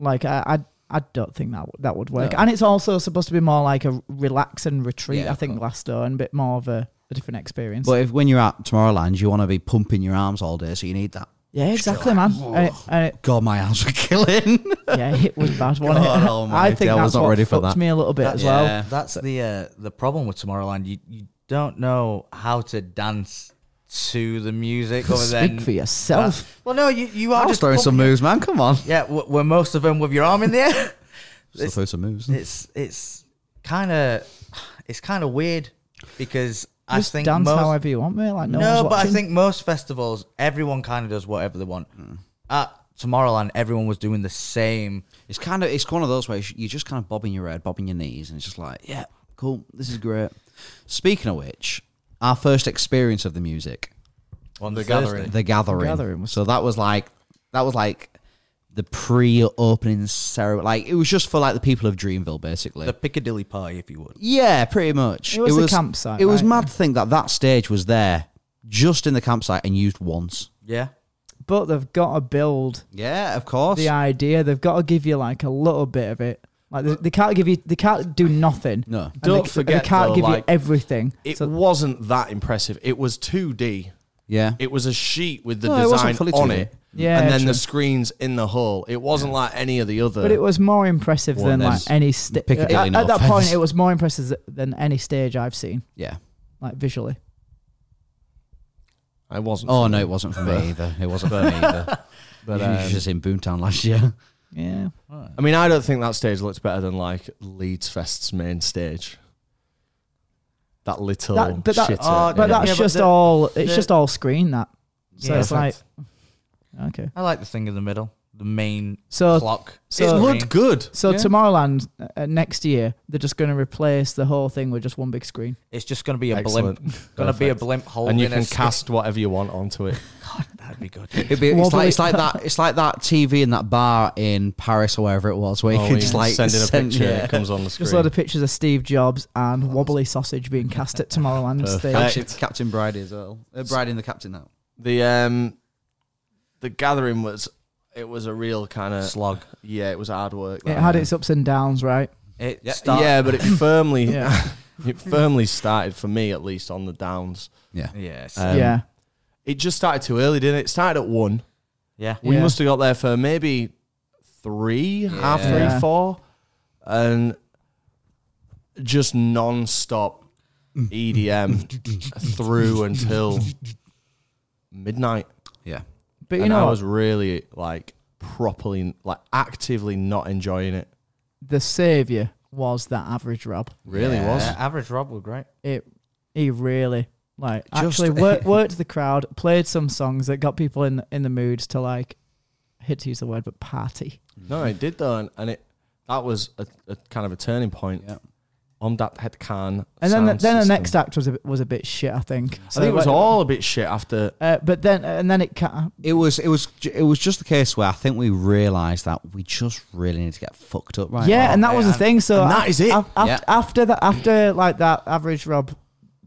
like I, I, I don't think that w- that would work. No. And it's also supposed to be more like a relax and retreat. Yeah, I of think Glasgow and a bit more of a, a different experience. But if when you're at Tomorrowland, you want to be pumping your arms all day, so you need that. yeah, exactly, man. And it- and it- God, my arms were killing. yeah, it was bad, wasn't God it? oh I almighty, think I that's was not what ready for fucked that. me a little bit That- as well. yeah. That's the uh, the problem with Tomorrowland. You you don't know how to dance to the music other than Speak for yourself. Well, no, you you I are was just throwing some pumping- moves, man. Come on, Yeah, w- were most of them with your arm in the air. Still throw some moves. it's it's kind of it's kind of weird because I Just think dance most, however you want, mate. Like no, no, one's but I watching. think most festivals, everyone kind of does whatever they want. Hmm. At Tomorrowland, everyone was doing the same. It's kind of it's one of those ways you're just kind of bobbing your head, bobbing your knees, and it's just like, yeah, cool, this is great. Speaking of which, our first experience of the music, On The Thursday. gathering. the gathering. Gathering was- so that was like that was like the pre-opening ceremony. Like it was just for like the people of Dreamville, basically. the Piccadilly Party, if you would. yeah, pretty much. It was a campsite, It was right? mad to think that that stage was there, just in the campsite and used once. Yeah. but they've got to build Yeah, of course. the idea. They've got to give you like a little bit of it. Like they, they can't give you, they can't do nothing. No. And Don't they, forget, they can't though, give like, you everything. It So- wasn't that impressive. It was 2D. Yeah. It was a sheet with the No, it wasn't design fully on 2D. it, Yeah, and then true. the screens in the hall. It wasn't like any of the other. but it was more impressive Well, than like there's any stage. At, Piccadilly, no at that offense. point, it was more impressive th- than any stage I've seen, yeah. like visually. I wasn't. Oh no, it wasn't for me either. It wasn't for me either. but you was um, just in Boomtown last year. Yeah, I mean, I don't think that stage looks better than like Leeds Fest's main stage. That little That- but that- shitter, oh, yeah. but that's Yeah, but just the- all. It's the- just all screen that. So Yeah. it's like, okay. I like the thing in the middle, the main So clock. so- it Sorry. looked good. So Yeah. Tomorrowland uh, uh, next year, they're just going to replace the whole thing with just one big screen. It's just going to be a Excellent. blimp. Going to be a Perfect. blimp holding And you can a stick. cast whatever you want onto it. That'd be good. It'd be, it's, Wobbly. like, it's like that. It's like that TV in that bar in Paris or wherever it was, where you Oh, could we just like send in a send- picture, yeah. it comes on the screen. Just a load of pictures of Steve Jobs and wobbly sausage being cast at Tomorrowland stage. Captain, Captain Bridey as well. Uh, Bridey and the Captain now. the um, the gathering was it was a real kind of slog. Yeah, it was hard work. It that had one. its ups and downs, right? It Yeah, start- yeah, but it firmly Yeah. it firmly started for me at least on the downs. Yeah. Yes. Um, yeah. It just started too early, didn't it? It started at one. yeah. We Yeah. must have got there for maybe three, half three, Yeah. four, and just non-stop EDM through until midnight. Yeah. But you and know, I what? was really like properly, like actively not enjoying it. the saviour was that average Rob. Really Yeah, was. Average Rob was great. It, he really like Just- actually worked, worked the crowd, played some songs that got people in in the mood to like, hit to use the word, but party. No, it did though, and- and it that was a, a kind of a turning point. Yeah. On that head can. And then the, sound then the system. next act was a bit, was a bit shit. I think. I think it was like- all a bit shit after. Uh, but then and then it ca- It was. It was. ju- It was just the case where I think we realised that we just really need to get fucked up right. yeah, now. and that was the and- thing. So and that af- is it. af- af- Yeah. After that, after like that, average Rob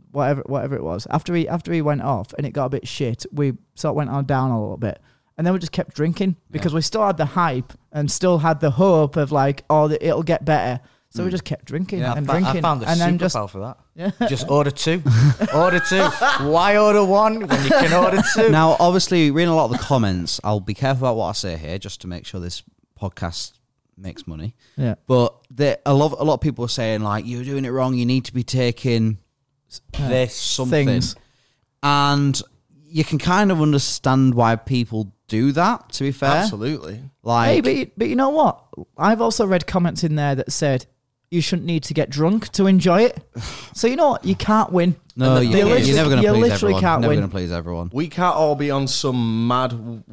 whatever whatever it was. After he after he went off and it got a bit shit, we sort of went on down a little bit. And then we just kept drinking because we still had the hype and still had the hope of like, oh, that it'll get better. So we just kept drinking Yeah, I, and fa- drinking I found a and then superpower just for that. Just order two, order two. Why order one when you can order two? now, obviously, reading a lot of the comments, I'll be careful about what I say here just to make sure this podcast makes money. yeah. But there, a lot, a lot of people are saying like, "You're doing it wrong. You need to be taking this something." Things. And you can kind of understand why people do that. To be fair, Absolutely. like hey, but you, but you know what? I've also read comments in there that said you shouldn't need to get drunk to enjoy it. So you know what? You can't win. no, And you, you are literally- never going to you please literally everyone. can't never win. going to please everyone. We can't all be on some mad w-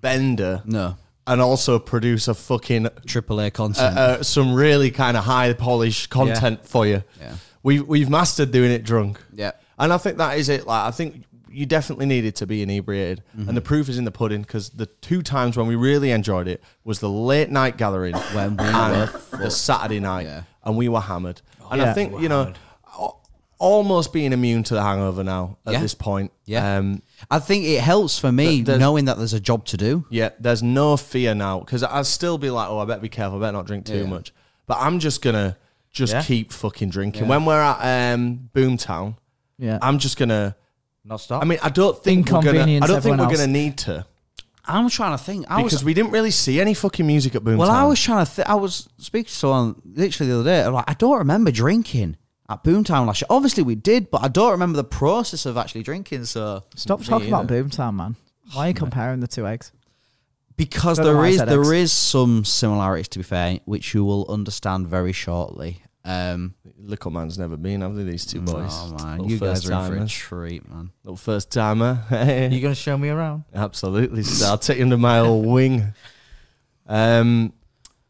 bender No, and also produce a fucking triple A uh, content. uh, some really kind of high polished content for you. Yeah. We we've mastered doing it drunk. Yeah. And I think that is it. Like I think you definitely needed to be inebriated, Mm-hmm. and the proof is in the pudding because the two times when we really enjoyed it was the late night gathering When we were and the fucked. Saturday night, Yeah. Oh, and we were hammered. and Yeah. I think you know. al- Almost being immune to the hangover now at Yeah. this point. Yeah. Um, I think it helps for me Th- there's- knowing that there's a job to do. yeah, there's no fear now because I'd still be like, oh, I better be careful, I better not drink too Yeah. much. But I'm just gonna just Yeah. keep fucking drinking. Yeah. When we're at um, Boomtown, Yeah. I'm just gonna. Not stop. I mean, I don't think we're gonna. I Inconvenience don't think we're everyone gonna else. need to I'm trying to think. I because was, we didn't really see any fucking music at Boomtown. well, I was trying to. Th- I was speaking to someone literally the other day. I'm like, I don't remember drinking at Boomtown last year. Obviously, we did, but I don't remember the process of actually drinking. So Stop there talking you about go. Boomtown, man. Why are you comparing the two eggs? because Don't know there why I is said there X. is some similarities to be fair, which you will understand very shortly. Um, Little man's never been. I've these two boys. oh man, Little you guys first are in for a timer. treat, man. Little first timer. you gonna show me around? Absolutely. So I'll take you under my old wing. Um,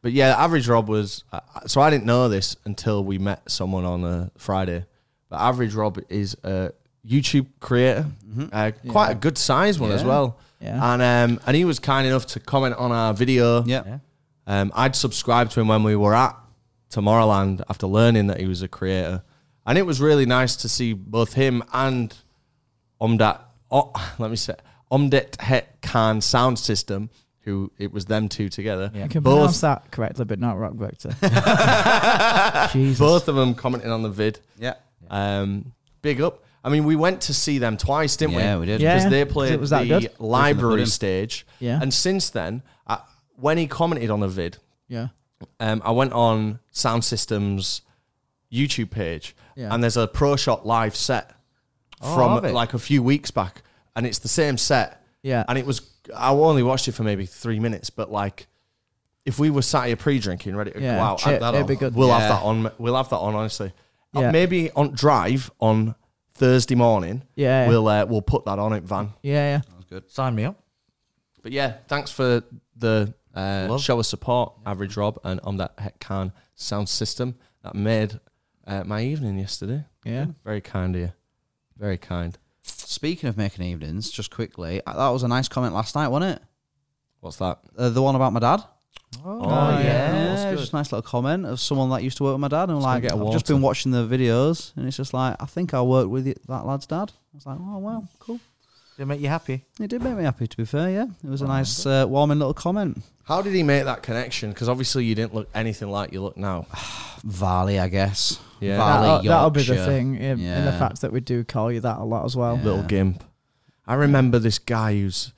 but yeah, average Rob was. Uh, so I didn't know this until we met someone on a Friday. But average Rob is a YouTube creator, uh, quite a good size one as Mm-hmm. Yeah. well. Yeah. And um, and he was kind enough to comment on our video. Yeah. Um, I'd subscribed to him when we were at Tomorrowland after learning that he was a creator. And it was really nice to see both him and Omdat, oh, let me say, Omdet Het Khan Sound System, who it was them two together. You can Both, pronounce that correctly, but not rock vector. Jesus. both of them commenting on the vid. Yeah, Um, big up. I mean, we went to see them twice, didn't we? Yeah, we did. Yeah. because they 'Cause played it was that the good. library Pudding. stage. Yeah. And since then, I, when he commented on the vid, yeah. um, I went on Sound System's YouTube page, Yeah. and there's a Pro Shot live set Oh, from have it? like a few weeks back, and it's the same set. Yeah. And it was I only watched it for maybe three minutes, but like if we were sat here pre-drinking, ready to go Yeah, out, it- add that it'd on. be good. we'll have Yeah. that on. We'll have that on. Honestly, Uh, Yeah. maybe on drive on Thursday morning. Yeah. we'll uh, we'll put that on it, Van. Yeah, yeah. Sign me up. But yeah, thanks for the uh, Love. show of support, Average Rob, and on that Heck Can sound system that made uh, my evening yesterday. Yeah. Very kind of you. Very kind. Speaking of making evenings, just quickly, uh, that was a nice comment last night, wasn't it? What's that? Uh, the one about my dad. Oh, yeah. Yeah, just a nice little comment of someone that used to work with my dad, and Just like gonna get a I've just water. been watching the videos, and it's just like I think I worked with it- that lad's dad. I was like, oh wow, cool. Did it make you happy? It did make me happy, to be fair. Yeah, it was a nice, uh, warming little comment. How did he make that connection? Because obviously you didn't look anything like you look now. Valley, I guess. Yeah. Valley, uh, that'll, that'll be the Yorkshire. thing in, in the Yeah. fact that we do call you that a lot as well. Little gimp. I remember this guy who's,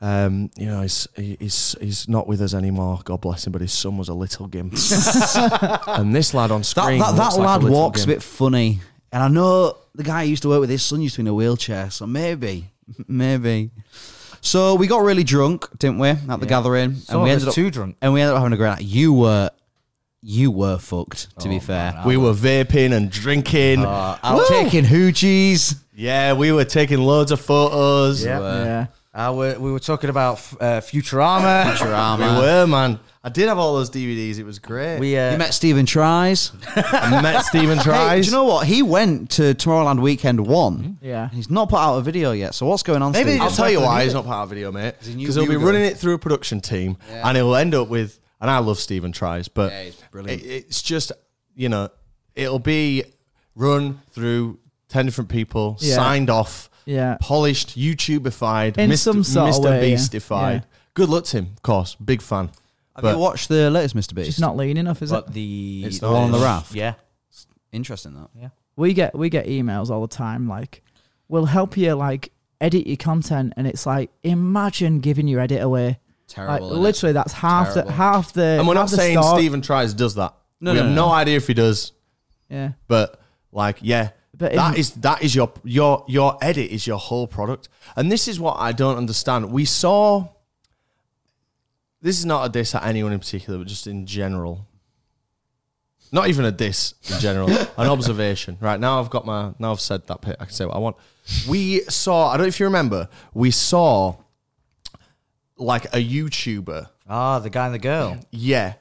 um, you know, he's, he- he's he's not with us anymore. God bless him, but his son was a little gimp. and this lad on That screen, that, looks like that lad a little walks gimp. a bit funny, and I know the guy I used to work with. His son used to be in a wheelchair, so maybe, maybe. So we got really drunk, didn't we, at the gathering? Some and we of us ended up too drunk. and we ended up having a great night. You were, you were fucked. Oh, To be fair, We were vaping and drinking. I'm taking hoochies. Yeah, we were taking loads of photos. Yeah. Yeah. Uh, we we were talking about f- uh, Futurama. we were, man. I did have all those DVDs. It was great. We uh, You met Stephen Tries. uh, I met Stephen Hey, Tries. Hmm? do you know what? He went to Tomorrowland Weekend One. Yeah. He's not put out a video yet. So what's going on? Maybe Steve? I'll Just tell you went for why the he's not part of video, mate. he knew Because we he'll be were going. running it through a production team, and it'll end up with. And I love Stephen Tries, but Yeah, he's brilliant. it- it's just you know, it'll be run through ten different people Yeah. signed off, Yeah. polished, YouTubeified, In Mr. some sort of Mr. way, yeah. Beastified. Yeah. Good luck to him, of course. Big fan. Have But- you watched the latest Mr. Beast? It's not lean enough, is it? But the It's the one on the raft. Yeah. Interesting that. we get we get emails all the time like we'll help you like edit your content and it's like imagine giving your edit away Terrible. like innit? literally that's half the Terrible. half the And we're half not the saying story- Stephen tries does that. No, we no, have no, no idea if he does, yeah but like, yeah, But that in- is that is your your your edit is your whole product, and this is what I don't understand. We saw. This is not a diss at anyone in particular, but just in general. Not even a diss in general, an observation. Right now, I've got my now I've said that bit. I can say what I want. We saw. I don't know if you remember. We saw like a YouTuber Ah, the guy and the girl. yeah,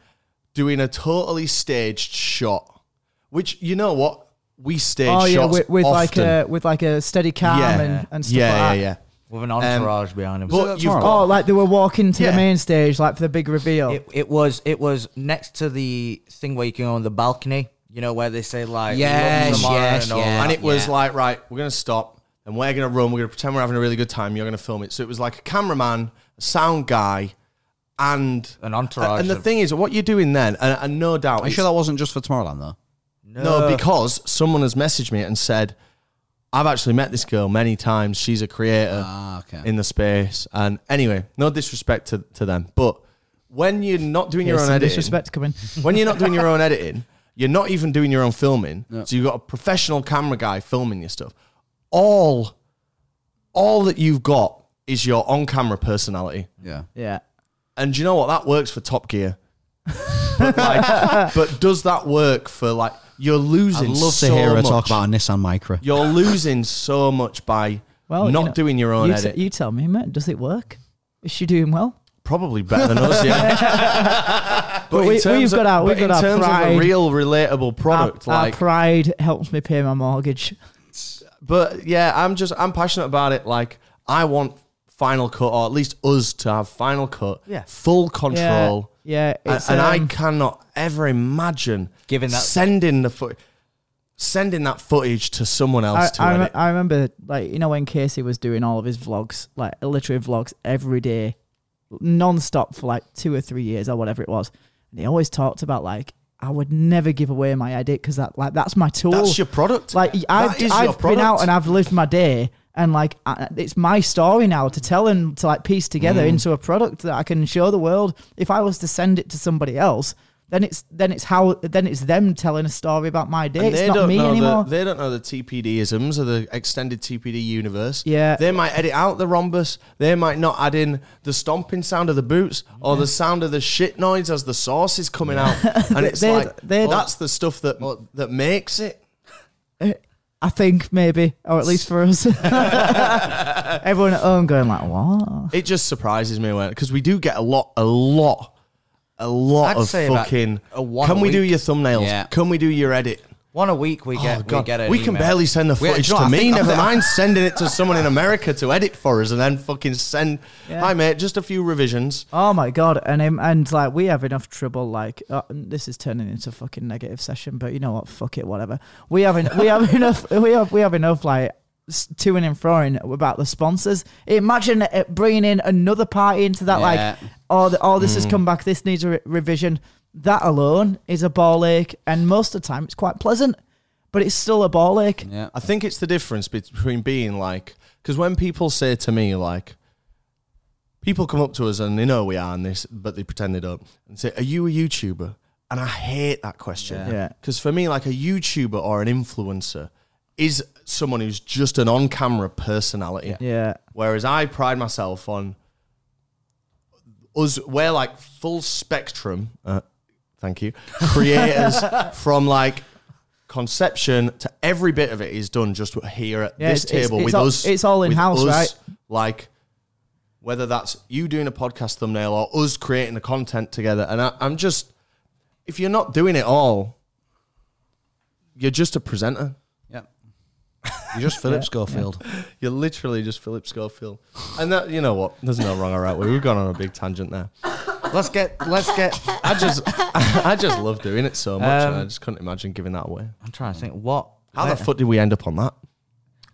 doing a totally staged shot, which you know what we stage oh yeah shots with, with like often. a with like a steady cam Yeah. and, and stuff yeah, like yeah, that yeah. With an entourage behind him. But you've oh got like they were walking to Yeah. the main stage like for the big reveal It, it was it was next to the thing where you can go on the balcony, you know, where they say like Yes, love tomorrow yes, and all yeah. that. and it was like right, we're gonna stop and we're gonna run. We're gonna pretend we're having a really good time. You're gonna film it. So it was like a cameraman, a sound guy, and An entourage And the of- thing is, what you're doing then, and, and no doubt, Are you sure that wasn't just for Tomorrowland though? No, because someone has messaged me and said, I've actually met this girl many times. She's a creator Ah, okay. in the space. And anyway, no disrespect to, to them. But when you're not doing Here's your own some editing, disrespect coming when you're not doing your own editing, you're not even doing your own filming. So you've got a professional camera guy filming your stuff. All, all that you've got is your on-camera personality. Yeah. yeah And do you know what? That works for Top Gear. but, like, but does that work for like you're I'd losing? love so to hear her much. talk about a Nissan Micra. You're losing so much by well you not know, doing your own you, t- edit. you tell me mate does it work is she doing well Probably better than us, yeah. but we- in terms we've got of, our- we've but got in our terms of a pride. real relatable product, our, our like, pride helps me pay my mortgage but yeah, I'm just I'm passionate about it. Like, I want Final Cut, or at least us to have Final Cut, Yeah. full control. yeah, yeah and, it's, and I um, cannot ever imagine Giving that- sending the foot sending that footage to someone else I, to I, rem- edit. I remember like you know when Casey was doing all of his vlogs, like literally vlogs every day, non-stop for like two or three years or whatever it was, and he always talked about like I would never give away my edit because that like that's my tool. That's your product. like That I've, is your I've been product. out and I've lived my day. And like I, it's my story now to tell and to like piece Mm. together into a product that I can show the world. If I was to send it to somebody else, then it's then it's how then it's them telling a story about my day. And it's not me know anymore. The, they don't know the TPD isms or the extended TPD universe. Yeah. They might edit out the rhombus. They might not add in the stomping sound of the boots or the sound of the shit noise as the sauce is coming out. And it's They- like oh, they- that's the stuff that Oh. that makes it. I think maybe, or at least for us. Everyone at home going like, "What?" It just surprises me when because we do get a lot, a lot, a lot I'd of say about fucking. a one can we a do week." your thumbnails? Yeah. Can we do your edit? One a week we Oh, get we God. get We, an can email. barely send the We- footage do you know to what, I me. think- I Never think- mind sending it to someone in America to edit for us and then fucking send. Yeah. Hi mate, just a few revisions. Oh my god! And um, and like we have enough trouble. Like uh, this is turning into a fucking negative session, but you know what? Fuck it, whatever. We have en- we have enough. We have we have enough like s- to and froing about the sponsors. Imagine uh, bringing in another party into that. Yeah. Like, oh, the, oh, this has come back. This needs a re- revision. That alone is a ball ache, and most of the time it's quite pleasant, but it's still a ball ache. Yeah. I think it's the difference between being like, because when people say to me, like, people come up to us and they know we are and this, but they pretend they don't, and say, Are you a YouTuber? And I hate that question. Yeah. Yeah. Because for me, like, a YouTuber or an influencer is someone who's just an on camera personality. Yeah. Whereas I pride myself on us, we're like full spectrum. Uh, thank you, creators from like conception to every bit of it is done just here at Yeah, this it's- it's- table it's with all- us. it's all with in-house, us, right? Like whether that's you doing a podcast thumbnail or us creating the content together. And I, I'm just, if you're not doing it all, you're just a presenter. Yep. You're just Philip Schofield. You're literally just Philip Schofield. And that, you know what? There's no wrong or right way. We've gone on a big tangent there. Let's get let's get I just, I just love doing it so much, and I Um, just couldn't imagine giving that away. I'm trying to think what How the fuck did we end up on that?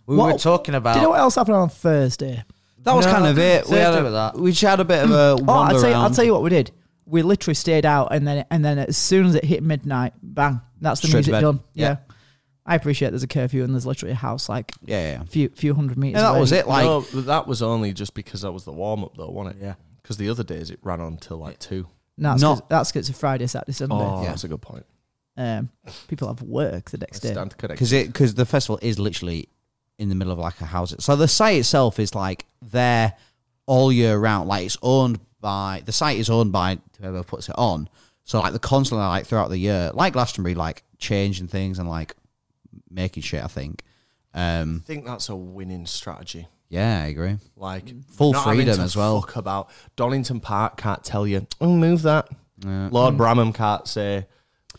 We were What- talking about. Do you know what else happened on Thursday? That was No, kind of it. We Thursday had a, was that. we just had a bit of a Oh, wander I'll tell, you, I'll around. tell you what we did. We literally stayed out, and then and then as soon as it hit midnight, bang, that's the Straight music to bed. done. Yeah. Yeah. I appreciate there's a curfew and there's literally a house like Yeah, yeah, yeah. few few hundred meters. Yeah, that away. was it. Like, no, but that was only just because that was the warm up, though, wasn't it? Yeah. Because the other days it ran on till like two. No, that's Not- 'cause- that's 'cause it's a Friday, Saturday, Sunday. Oh, Yeah. that's a good point. Um, people have work the next day. Stand correct. because it because the festival is literally in the middle of like a house. So the site itself is like there all year round. Like it's owned by the site is owned by whoever puts it on. So like the constantly like throughout the year, like Glastonbury, like changing things and like making shit. I think. Um, I think that's a winning strategy. yeah, I agree. Like Full Mm. not having freedom to as well. Fuck about Donington Park can't tell you. Oh, move that. Lord Mm. Bramham can't say.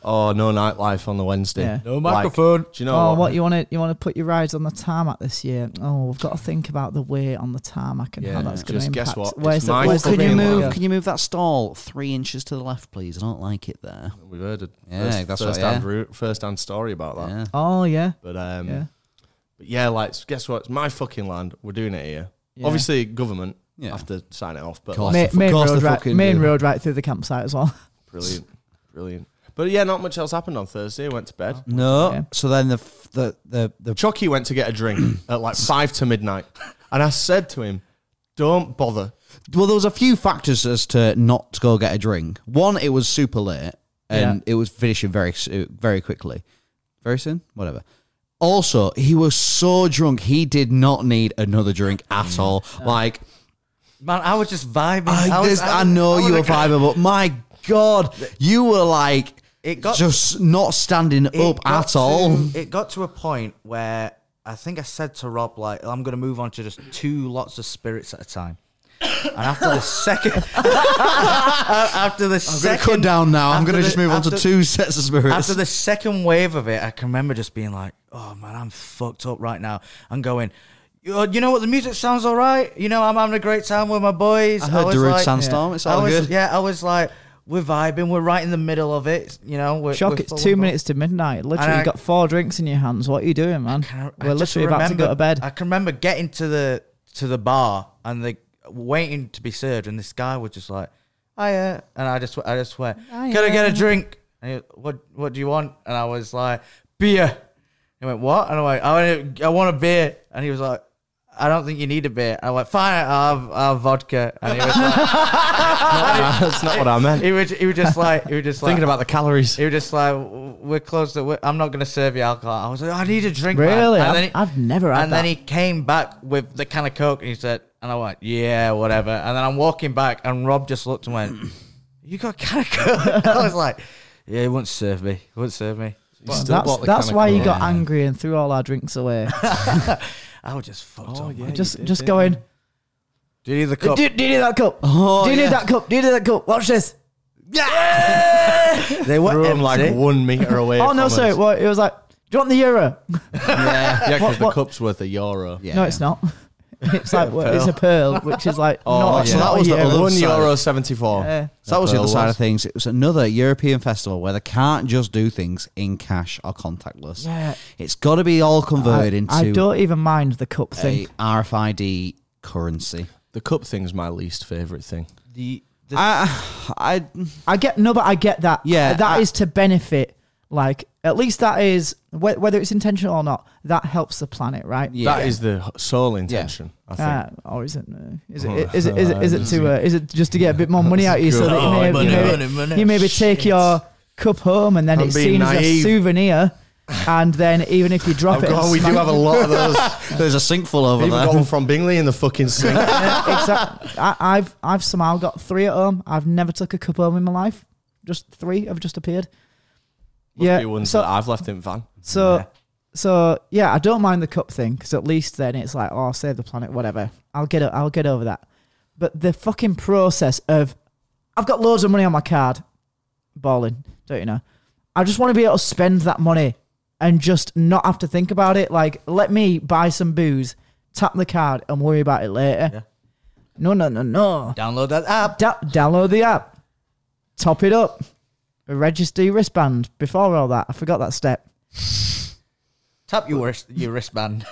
Oh, no nightlife on the Wednesday. Yeah. No Like, microphone. do you know oh, what? what you want to you want to put your rides on the tarmac this year? Oh, we've got to think about the weight on the tarmac and Yeah, how that's going just to impact. guess what? It's Where's the, my where's the fucking Can you Fucking rail- move? love. Can you move that stall three inches to the left, please? I don't like it there. We've heard a Yeah, first, that's what- first hand route, first hand story about that. Yeah. Oh yeah, But um, yeah. but yeah, like guess what? It's my fucking land. We're doing it here. Yeah. Obviously, government Yeah. have to sign it off. But Course. like, the Main, main, fu- course road they right, fucking main do. road right through the campsite as well. brilliant, brilliant. But yeah, not much else happened on Thursday. Went to bed. No. Yeah. So then the f- the the, the Chucky went to get a drink at like five to midnight, and I said to him, "Don't bother." Well, there was a few factors as to not to go get a drink. One, it was super late, and it was finishing very s- uh, very quickly, very soon, whatever. Also, he was so drunk, he did not need another drink at all. Like, Man, Mm. I was just vibing. I, was- this- I was- know I was you were like- vibing, but my god, you were like, It got- just not standing it up got at all. to- it got to a point where I think I said to Rob, like, I'm going to move on to just two lots of spirits at a time. And after the second, after the I'm gonna second, cut down now. I'm after gonna the- just move on to after- two sets of spirits. After the second wave of it, I can remember just being like, "Oh man, I'm fucked up right now," and going, "You uh, you know what? The music sounds all right. You know, I'm having a great time with my boys." I heard was Darude Sandstorm. Yeah. It's all I was, good. Yeah, I was like, "We're vibing. We're right in the middle of it." You know, we're, Shock! we're It's full two of- minutes to midnight. Literally, I- you got four drinks in your hands. What are you doing, man? Can I- I We're just literally about to remember- go to bed. I can remember getting to the to the bar and the waiting to be served, and this guy was just like, "Hiya," and I just I just went, "Can I get a drink?" And he, was, what What do you want? And I was like, "Beer." He went, "What?" And I went, "I want a, I want a beer," and he was like. I don't think you need a beer. I went, fine, I'll have, I'll have vodka. And he was like, That's not what I meant. he was, he was just like, he was just like, Thinking about the calories. he was just like, we're close to, we're, I'm not going to serve you alcohol. I was like, I need a drink. man." Really? And I've- then he- I've never had And then that. he came back with the can of Coke and he said, and I went, yeah, whatever. And then I'm walking back and Rob just looked and went, you got a can of Coke? I was like, yeah, he wouldn't serve me. He wouldn't serve me. Still that's bought the that's can of why you Coke. got angry and threw all our drinks away. I was just fucked up. Yeah, you just did, just didn't you? going. Do you need the Do, cup? do you need that cup? Oh, do you yeah. need that cup? Do you need that cup? Watch this. they were Threw him like empty. one meter away. oh no, from sorry. us. Well, it was like, do you want the euro? Yeah, because What- the what- cup's worth a euro. Yeah. No, it's not. It's like well, it's a pearl, which is like Oh, not, yeah. not that a was the euro. other one side. euro seventy four. Yeah. So that was the Well, other it side was. of things. It was another European festival where they can't just do things in cash or contactless. Yeah. It's got to be all converted I, into I don't even mind the cup a thing. RFID currency. The cup thing's my least favorite thing. The- the- I, I, I get no, but I get that. Yeah, that I- is to benefit. Like at least that is whe- whether it's intentional or not. That helps the planet, right? Yeah. That is the sole intention. I think. Uh, or is it? Uh, is Oh, it? Is it? Is it? Is it to? Uh, is it just to get a bit more money out of you so that you may, Good. you Oh, may, money, money, you maybe take shit. your cup home and then I'm it's being seen as a naive. souvenir, and then even if you drop I've it, got- and we do smack- have a lot of those. there's a sink full over Even there. got one from Bingley in the fucking sink. exactly. I, I've I've somehow got three at home. I've never took a cup home in my life. Just three have just appeared. Be ones so that I've left in van. So, so yeah, I don't mind the cup thing because at least then it's like, oh, save the planet, whatever. I'll get it. I'll get over that. But the fucking process of, I've got loads of money on my card, balling, don't you know? I just want to be able to spend that money and just not have to think about it. Like, let me buy some booze, tap the card, and worry about it later. Yeah. No, no, no, no. download that app. Da- download the app, top it up, register your wristband. Before all that, I forgot that step. Tap your, wrist, your wristband.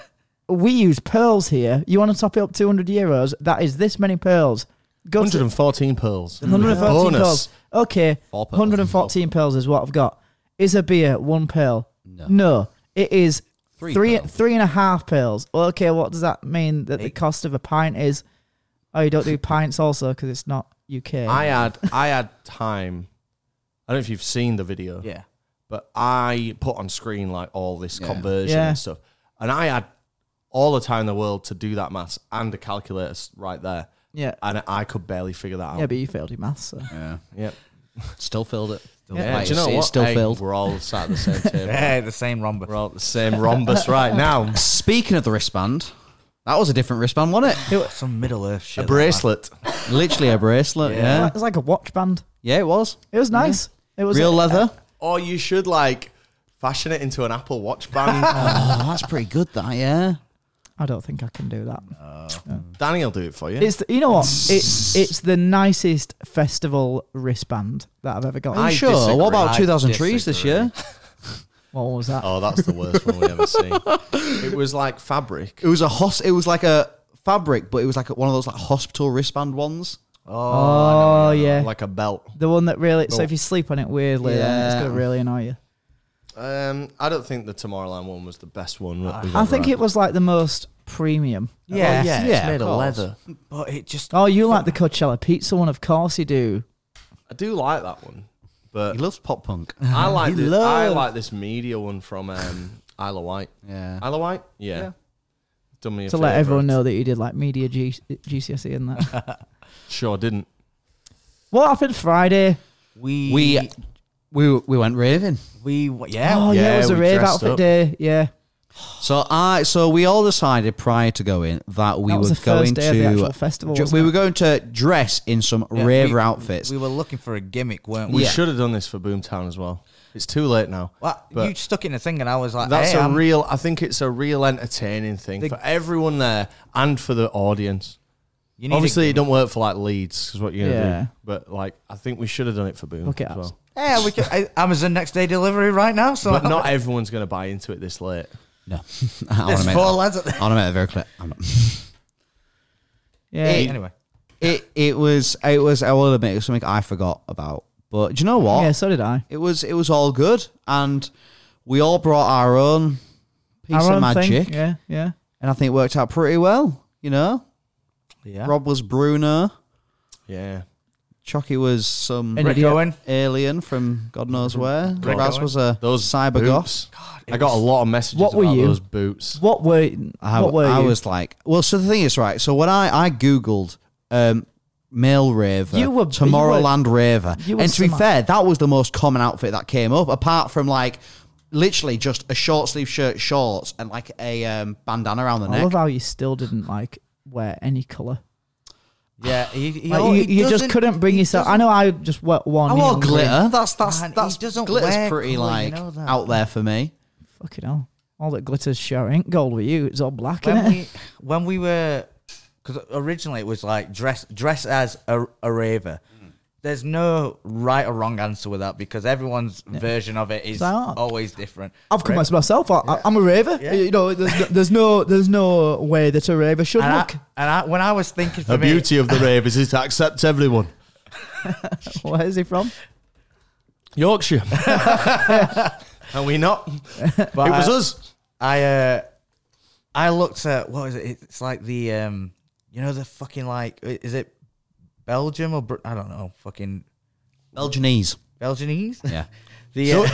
we use pearls here. You want to top it up 200 euros? That is this many pearls. Go to 114 pearls. 114 Bonus. pearls. Okay, Four pearls. 114 pearls is what I've got. Is a beer one pearl? No. it is Three three three pearl. and a half pearls. Well, okay, what does that mean that the cost of a pint is? Oh, you don't do pints also because it's not UK. I had I had time. I don't know if you've seen the video, Yeah. but I put on screen like all this conversion Yeah. and stuff, and I had all the time in the world to do that maths and a calculator s- right there, yeah, and I could barely figure that out. yeah, but you failed your maths. So. Yeah. Yep. Still filled it. Yeah, Like, do you know it's- it's what? still Hey, filled. We're all sat at the same table. Yeah, the same rhombus. We're all at the same rhombus right now. Speaking of the wristband, that was a different wristband, wasn't it? Some Middle Earth shit. A bracelet. Literally a bracelet. Yeah. It's Yeah, like- It's like a watch band. it was. It was nice. It was Real leather. Or you should like fashion it into an Apple Watch band. Oh, that's pretty good. That yeah. I don't think I can do that. Danny will do it for you. It's the, you know what? It's it's the nicest festival wristband that I've ever got. Are I you sure? What about disagree. two thousand trees this disagree. year? what was that? oh, that's the worst one we ever seen. It was like fabric. It was a hos. It was like a fabric, but it was like one of those like hospital wristband ones. Oh, yeah, Like a belt. the one that really. So if you sleep on it weirdly, then it's Yeah. gonna really annoy you. Um, I don't think the Tomorrowland one was the best one. that we I got think right. it was like the most premium. Oh, Yeah, Oh, yeah, it's made of leather. But it just Oh, you like the Coachella pizza one? Of course you do. I do like that one, He but loves pop punk. I like He the, I loves- like this media one from um, Isla White. Yeah. Isla White, yeah. Done me a to let favour. everyone know that you did like media G- GCSE and that. Sure didn't. what happened Friday? we We we we went raving. we yeah. Oh yeah, it Yeah, was a we rave dressed outfit up. day. Yeah, So I so we all decided prior to going that we That was were the first going day of the to actual festival, ju- wasn't we it? were going to dress in some Yeah, raver we- outfits. We were looking for a gimmick, weren't we? We Yeah. should have done this for Boomtown as well. It's too late now. Well, But- you stuck it in a thing, and I was like, That's hey, a I'm- real. I think it's a real entertaining thing The- for everyone there and for the audience. you need a Obviously, it gimmick." don't work for like Leeds, is what you're gonna Yeah. do. But like, I think we should have done it for Boom Look at as us. well. Yeah, we could, I, Amazon next day delivery right now. So But not everyone's gonna buy into it this late. no, I want There's to make four that, lads at the- I want to make that very clear. I'm not. yeah. Hey, anyway. It it was it was I will admit it was something I forgot about. But do you know what? yeah, so did I. It was it was all good, and we all brought our own piece Our of own thing. magic, Yeah, yeah. and I think it worked out pretty well. You know, Yeah. Rob was Bruno, Yeah. Chucky was some An Rick idiot. Owen. alien from God Mm-hmm. knows where. Rick Raz Owen. was a Those cyber goth. boots. I got a lot of messages What were about you? those boots. What were I, what were I you? was like, well, so the thing is, right? So when I I googled um, male raver, You were- you Tomorrowland raver, you were and to be smart. fair, that was the most common outfit that came up, apart from like literally just a short sleeve shirt, shorts, and like a um, bandana around the I love neck. how you still didn't like wear any color. Yeah, he, he, Like oh, you, he you just doesn't- couldn't bring he yourself. I doesn't- know I just wore one. I yellow wore and glitter. That's that's Man, he that's doesn't glitter's wear pretty colour, you like know that. out there for me. green. Fucking hell! All that glitters sure ain't gold with you. It's all black, when innit? we when we were because originally it was like dress dress as a, a raver. Mm. There's no right or wrong answer with that because everyone's version of it is oh. So- always different. I've come Right? as myself. I, I- I'm a raver. Yeah. You know, there's, there's no there's no way that a raver should and I, look. and I, when I was thinking for The me, beauty of the rave is it accepts everyone. Where is he from? Yorkshire. Are we not? but it was I, us. I uh, I looked at what is it? It's like the um, you know, the fucking like is it Belgium or Br- I don't know, fucking Belgianese. Belgianese. Yeah. The uh,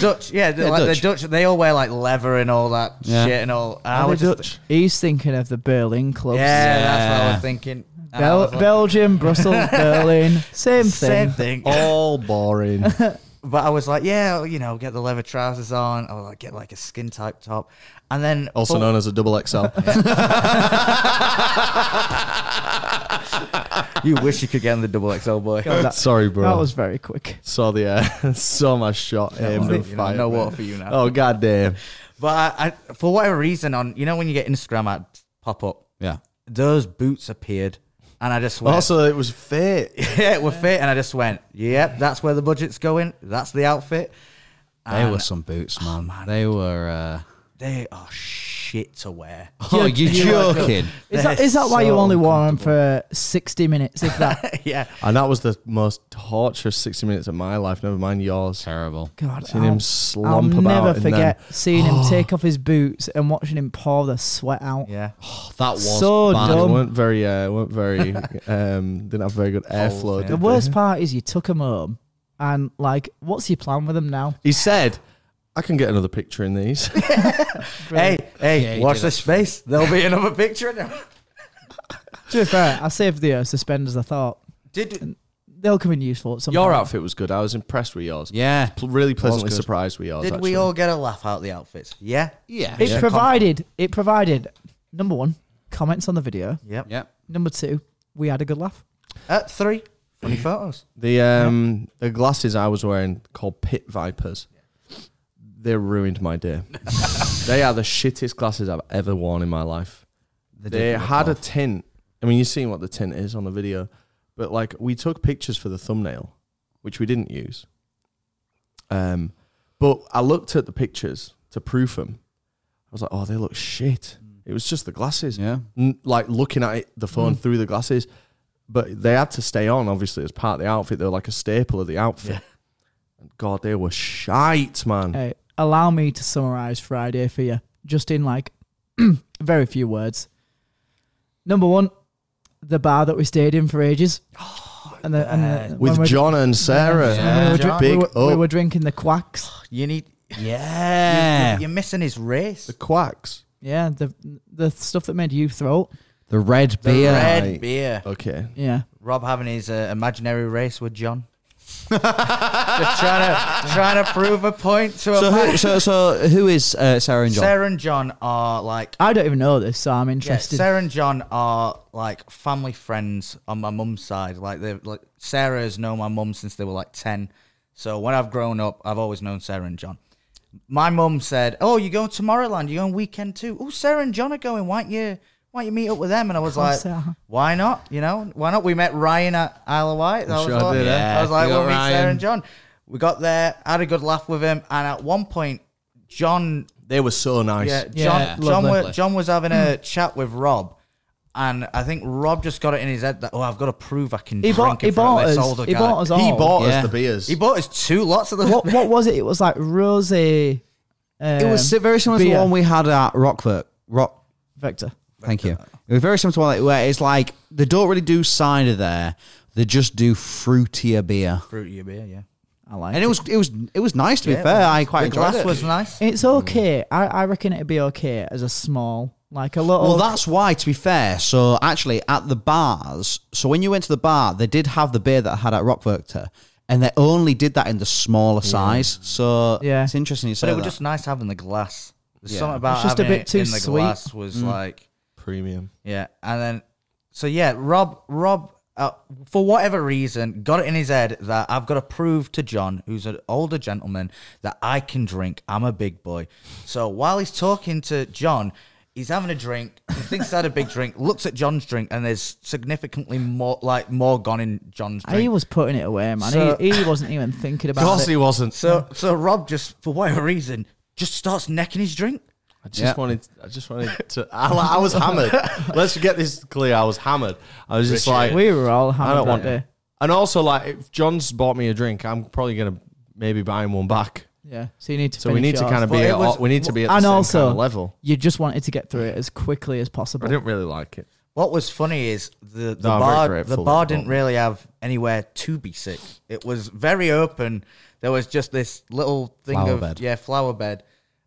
Dutch, yeah, the, Yeah, like Dutch. the Dutch. They all wear like leather and all that Yeah. shit and all. And I Are was they just- Dutch? He's thinking of the Berlin clubs. Yeah, that's what I Yeah. was thinking. And I Bel- was like, Belgium, Brussels, Berlin, same thing. same thing. Oh. All boring. But I was like, yeah, you know, get the leather trousers on. I was like, get like a skin type top, and then also full- known as a double XL. You wish you could get on the double XL boy. God, that, Sorry, bro. that was very quick. saw the uh, saw my shot aimed at You know, fire. no water for you now. Oh goddamn! But I, I, for whatever reason, on you know when you get Instagram ads pop up, Yeah. those boots appeared, and I just went. Also, it was fit. yeah, we're fit, and I just went. Yep, that's where the budget's going. That's the outfit. Oh, They were some boots, man. They were. Uh, they are shit to wear. Oh, you're joking. Is They're that, is that why you so only wore them for 60 minutes, if that? yeah, And that was the most torturous 60 minutes of my life, never mind yours. Terrible. God, Seeing I'll- him slump I'll about. never and then- forget seeing him take off his boots and watching him pour the sweat out. yeah. Oh, That was So bad. They dumb. weren't very, uh, weren't very, um, didn't have very good airflow. yeah. did The they? worst part is you took him home and, like, what's your plan with him now? He said, I can get another picture in these. Hey, Yeah, hey, he watch did this space. There'll be another picture. Now. To be fair, I saved the uh, suspenders, I thought. Did They'll come in useful at some Your point. outfit was good. I was impressed with yours. Yeah. Pl- Really pleasantly good. surprised with yours. did actually. we all get a laugh out of the outfits? Yeah. Yeah. It yeah. provided, it provided, number one, comments on the video. Yep. Yeah. Number two, we had a good laugh. At three, funny photos. The um the glasses I was wearing called pit vipers. They ruined my day. they are the shittest glasses I've ever worn in my life. They, did look had a awful. tint. I mean, you've seen what the tint is on the video, but like we took pictures for the thumbnail, which we didn't use. Um, but I looked at the pictures to proof them. I was like, oh, they look shit. It was just the glasses Yeah. n- like looking at it, the phone through the glasses. But they had to stay on, obviously, as part of the outfit. They were like a staple of the outfit. And God, they were shite, man. Hey, uh, allow me to summarize Friday for you, just in like very few words. Number one, the bar that we stayed in for ages, Oh, and the, and the, With when we- John and Sarah. when we were, drink- we Big were- we up. were drinking the quacks. You need. Yeah. You're missing his race. The quacks. Yeah, the the stuff that made you throw. up. The red The beer. red beer. Okay. Yeah, Rob having his uh, imaginary race with John. Just trying to trying to prove a point to a So, man. who, so, so who is uh, Sarah and John? Sarah and John are like I don't even know this, so I'm yeah, interested. Sarah and John are like family friends on my mum's side. Like they like Sarah has known my mum since they were like ten. So when I've grown up, I've always known Sarah and John. My mum said, "Oh, you going Tomorrowland? You going weekend too? Oh, Sarah and John are going. Why don't you why don't you meet up with them?" And I was like, Sarah. "Why not? You know, why not?" We met Ryan at Isle of Wight. I was sure I like, did, eh? I was like You got "We'll meet Sarah Ryan. and John." We got there, had a good laugh with him, and at one point, John They were so nice. yeah, John, Yeah, John, lovely. Mm. was, John was having a chat with Rob, and I think Rob just got it in his head that oh, I've got to prove I can he drink bought in he front bought of us this older he guy. bought us all. He bought Yeah. us the beers. He bought us two lots of those. what what was it? It was like rosé. Um, It was si- very similar to beer. the one we had at Rockford. Rock. Vector. Thank you. It was very similar to one that- where it's like they don't really do cider there; they just do fruitier beer. Fruity beer, yeah. I like. And it was it was it was nice to be fair. I quite the enjoyed glass it. was nice. It's okay. I, I reckon it'd be okay as a small, like a little. well, that's why, to be fair. So, actually, at the bars, so when you went to the bar, they did have the beer that I had at Rockwerkter, and they only did that in the smaller size. So, Yeah. it's interesting you say But it was that. just nice having the glass. There's Yeah. something about It's just a having bit it too in the sweet. Mm. glass was like Premium. yeah, and then so yeah, Rob Rob. Uh, for whatever reason, got it in his head that I've got to prove to John, who's an older gentleman, that I can drink. I'm a big boy. So while he's talking to John, he's having a drink. He thinks he's had a big drink. Looks at John's drink, and there's significantly more, like more gone in John's drink. he was putting it away, man. So- he, he wasn't even thinking Of about course he it. wasn't. so so Rob just for whatever reason just starts necking his drink. I just Yeah. wanted. I just wanted to. I, I was hammered. Let's get this clear. I was hammered. I was just like, We were all I hammered don't that want day. to. And also, like, if John's bought me a drink, I'm probably gonna maybe buy him one back. Yeah, so you need to. So we need to kind of be But it at was- we need to be at the and same also kind of level. You just wanted to get through it as quickly as I possible. didn't really like it. What was funny is the, the No, I'm very bar grateful the at bar the didn't moment. really have anywhere to be sick. It was very open. There was just this little thing Flower of bed. yeah flower bed,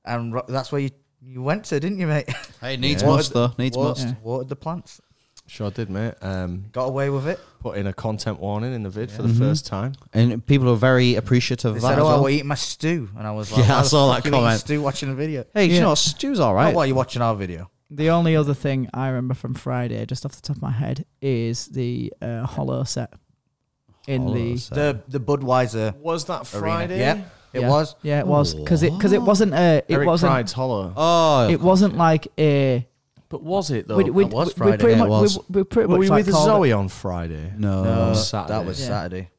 and ro- that's where you you went to, didn't you, mate? Hey, it needs Watered- must though. Needs wa- must. Watered the plants. Sure did, mate. Um, Got away with it. put in a content warning in the vid for the Mm-hmm. first time. And people are very appreciative They of that. said, as "Oh, well. I were eating my stew," and I was like, Yeah, "Why I the saw fuck that you eating comment. Stew watching a video. hey, do Yeah. you know, what? stew's all Not right. while you're watching our video. The only other thing I remember from Friday, just off the top of my head, is the uh, hollow set in the. So- The the Budweiser Was that arena. Friday? Yep, it yeah. was. Yeah, it was because it because it wasn't a it Eric wasn't Pride's Hollow. oh, it wasn't like a but was it though? we we Were that was we Friday, pretty yeah, it much was. we, we pretty we much like with called it- Zoe on Friday? no. That Uh, was Saturday. That was Yeah. Saturday.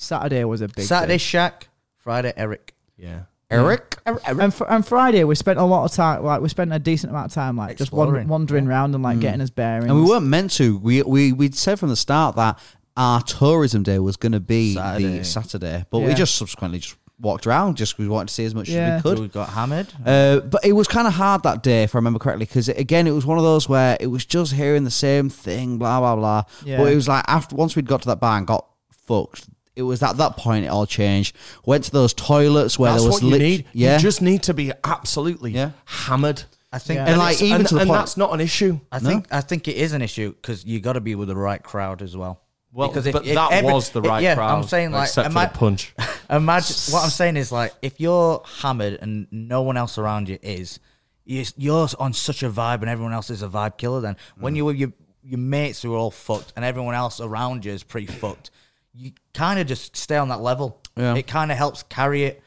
Saturday was a big Saturday day. Shack, Friday Eric. Yeah. Eric. And, fr- and Friday we spent a lot of time, like we spent a decent amount of time, like just Exploring. wand- wandering around and like getting us bearings. And we weren't meant to. We we we'd said from the start that our tourism day was going to be the Saturday. Saturday, but we Yeah. just subsequently just walked around just 'cause we wanted to see as much Yeah. as we could. We got hammered. Uh, but it was kind of hard that day, if I remember correctly, because again, it was one of those where it was just hearing the same thing, blah blah blah. Yeah. But it was like after once we'd got to that bar and got fucked, it was at that point it all changed. Went to those toilets where That's there was what you lit- need. yeah, You just need to be absolutely Yeah. hammered. I think, Yeah. and like It's- even and, to the and point that's not an issue. I No. think I think it is an issue because you got to be with the right crowd as well. Well, because but that every- was the it- right yeah, crowd. I'm saying like, except for ima- the punch. imagine what I'm saying is like, if you're hammered and no one else around you is, you- you're on such a vibe and everyone else is a vibe killer. Then Mm. when you were your your mates who are all fucked and everyone else around you is pretty fucked, you kind of just stay on that level. Yeah. It kind of helps carry it,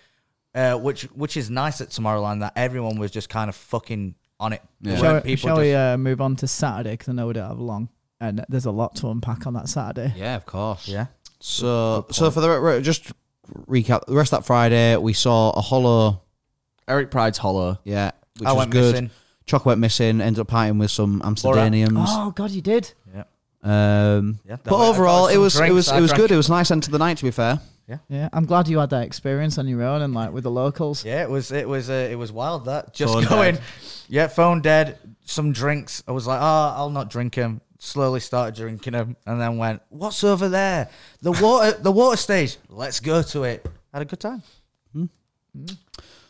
uh, which which is nice at Tomorrowland that everyone was just kind of fucking on it. There Yeah. Shall, weren't we- shall just- we uh, move on to Saturday? Because I know we don't have long, and there's a lot to unpack on that Saturday. yeah, of course, yeah. So, so for the re- re- just recap, the rest of that Friday we saw a hollow, Eric Pride's hollow. yeah, which I was went good. missing. Choc went missing, ended up partying with some Amsterdamians. Oh God, you did. Yeah. Um, Yeah, that but went- I overall, got it some was it drinks, was I it was drank- good. It was a nice end to the night. To be fair, Yeah, I'm glad you had that experience on your own and like with the locals. Yeah, it was it was uh, it was wild that just Phone going. dead. Yeah, phone dead. Some drinks. I was like, oh, I'll not drink them. Slowly started drinking them, and then went, "What's over there? The water, the water stage. Let's go to it." Had a good time.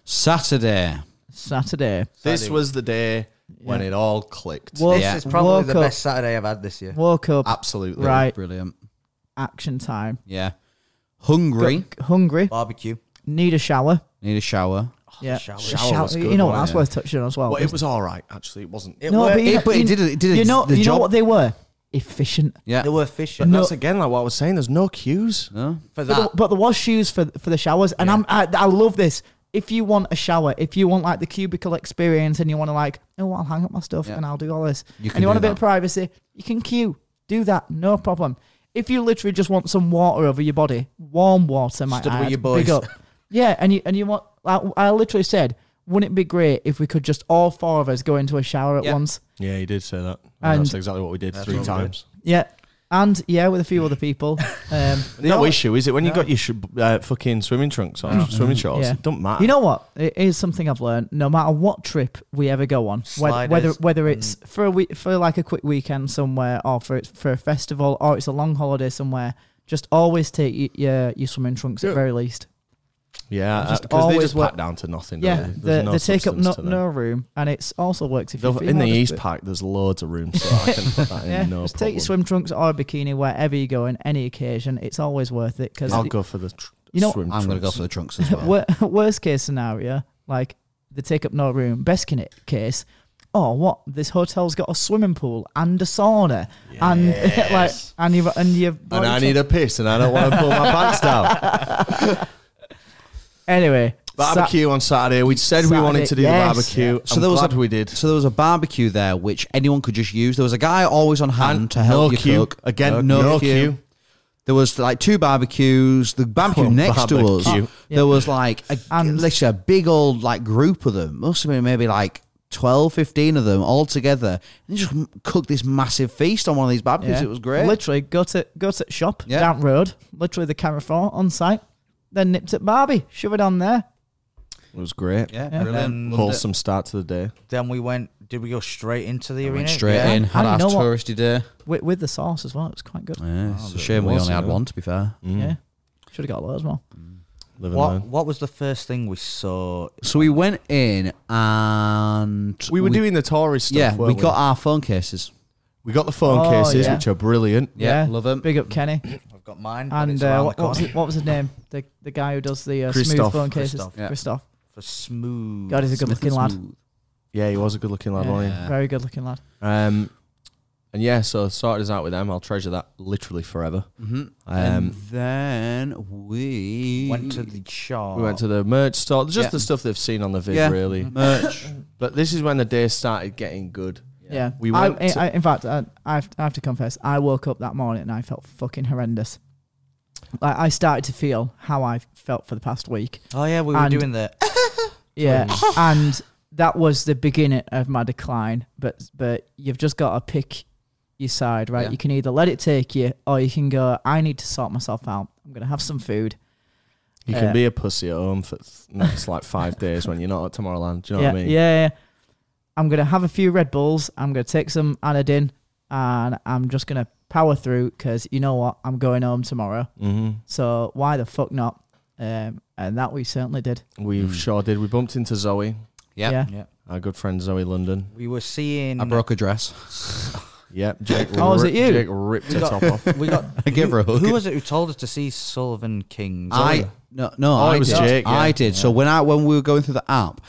Saturday. Saturday. This was the day when it all clicked. Woke, Yeah. This is probably woke the up, best Saturday I've had this year. Woke up, Absolutely. Right. Brilliant. action time. Yeah. Hungry. Got- hungry, Barbecue. need a shower. Need a shower. yeah, shower. Shower was you good, know wasn't what? That's it? worth touching on as well. Well, it was all right, actually. It wasn't. It no, were, but, you it- know, but it you- did it- it did You its- know, the you know job. what they were? Efficient. Yeah. they were fishing. But that's again like what I was saying. There's no cues. No. for But, that. there- but there was shoes for for the showers, and I'm I, I love this. If you want a shower, if you want like the cubicle experience, and you want to like, oh, I'll hang up my stuff Yeah. and I'll do all this, You can and you want do a bit of that. privacy, you can queue, do that, no problem. If you literally just want some water over your body, warm water, might Stood with I add, your boys. big up. yeah, and you and you want, like, I literally said, wouldn't it be great if we could just all four of us go into a shower at Yeah. once? Yeah, he did say that. And- that's exactly what we did three what we times. Yeah, and yeah, with a few other people. Um, No, Mm. issue is it when you got your sh- uh, fucking swimming trunks on, swimming shorts. Mm-hmm. Yeah. It don't matter. You know what? It is something I've learned. No matter what trip we ever go on, whe- Sliders. whether whether it's for a week, for like a quick weekend somewhere, or for it's for a festival, or it's a long holiday somewhere, just always take y- your your swimming trunks at very least. yeah, Just because they always just work- pack down to nothing. Yeah, don't they, There's no they take up no, substance to them. no room, and it's also works if They'll- you're in the female, just East put- Pack, there's loads of room, so I can put that in. Yeah, no just problem. take your swim trunks or a bikini wherever you go, in any occasion. It's always worth it because I'll go for the tr- You know- swim I'm going to go trunks. for the trunks as well. Wor- worst case scenario, like they take up no room. Best ca- case, oh what? This hotel's got a swimming pool and a sauna, and like and you and you. and I need a piss, and I don't want to pull my pants down. anyway. sa- Barbecue on Saturday. We said we wanted to do Saturday, the yes. barbecue. So I'm there was glad a- we did. So there was a barbecue there which anyone could just use. There was a guy always on hand And to help no you queue. cook. Again, no queue. There was like two barbecues. The barbecue Oh, next to us, barbecue. there was like a, And- literally a big old like group of them. Must have been maybe like 12, 15 of them all together. And just m- cooked this massive feast on one of these barbecues. yeah. It was great. Literally, go to go to shop Yeah. down road. Literally the camera four on site. Then nipped at Barbie, shove it on there. It was great. yeah, And then, Loved it. Wholesome start to the day. then we went. Did we go straight into the arena? Went straight Yeah. in, had I our know what- touristy day. With, with the sauce as well, it was quite good. Yeah, it's a but shame we was only had it? one. To be fair, Mm. Yeah, should have got loads more. Living What What was the first thing we saw? so we went in and We were doing the tourist stuff. Yeah, we weren't got our phone cases. we got the phone Oh, cases, yeah. which are brilliant. Yeah, love 'em. Big up Kenny. I've got mine. but And it's uh, around what, the what, was corner. his, what was his name? The the guy who does the uh, smooth Christoph. phone cases. Christoph. Christoph. Mm. Yeah. for smooth. God, he's a good looking lad. Yeah, he was a good-looking lad, Yeah, wasn't he? Very good looking lad. Um, and yeah, so sorted us out with them. I'll treasure that literally forever. Mm-hmm. and Um, then we went to the shop. we went to the merch store, just Yeah. the stuff they've seen on the vid, Yeah. Mm. really. merch. But this is when the day started getting good. Yeah. We I- went I, to- I- in fact, I, I, have, I have to confess, I woke up that morning and I felt fucking horrendous. Like I started to feel how I felt for the past week. Oh yeah, we were And- doing that. Yeah, and that was the beginning of my decline. But but you've just got to pick your side, right? Yeah. You can either let it take you, or you can go. I need to sort myself out. I'm gonna have some food. You can Yeah. be a pussy at home for th- next like five days when you're not at Tomorrowland. Do you know yeah, what I mean? yeah, yeah. I'm gonna have a few Red Bulls. I'm gonna take some Anadin, and I'm just gonna power through because you know what? I'm going home tomorrow. Mm-hmm. So why the fuck not? Um, and that we certainly did. We sure did. We bumped into Zoe, Yep. Yeah. Yeah, our good friend Zoe London. we were seeing. I broke a dress. Yep. Jake. Oh, is it ripped- you? Jake ripped her We got- top off. we got. I gave her a who- hug. Who was it who told us to see Sullivan King? I Zoe? no no. Oh, I it was did. Jake, yeah. I did. So when I when we were going through the app,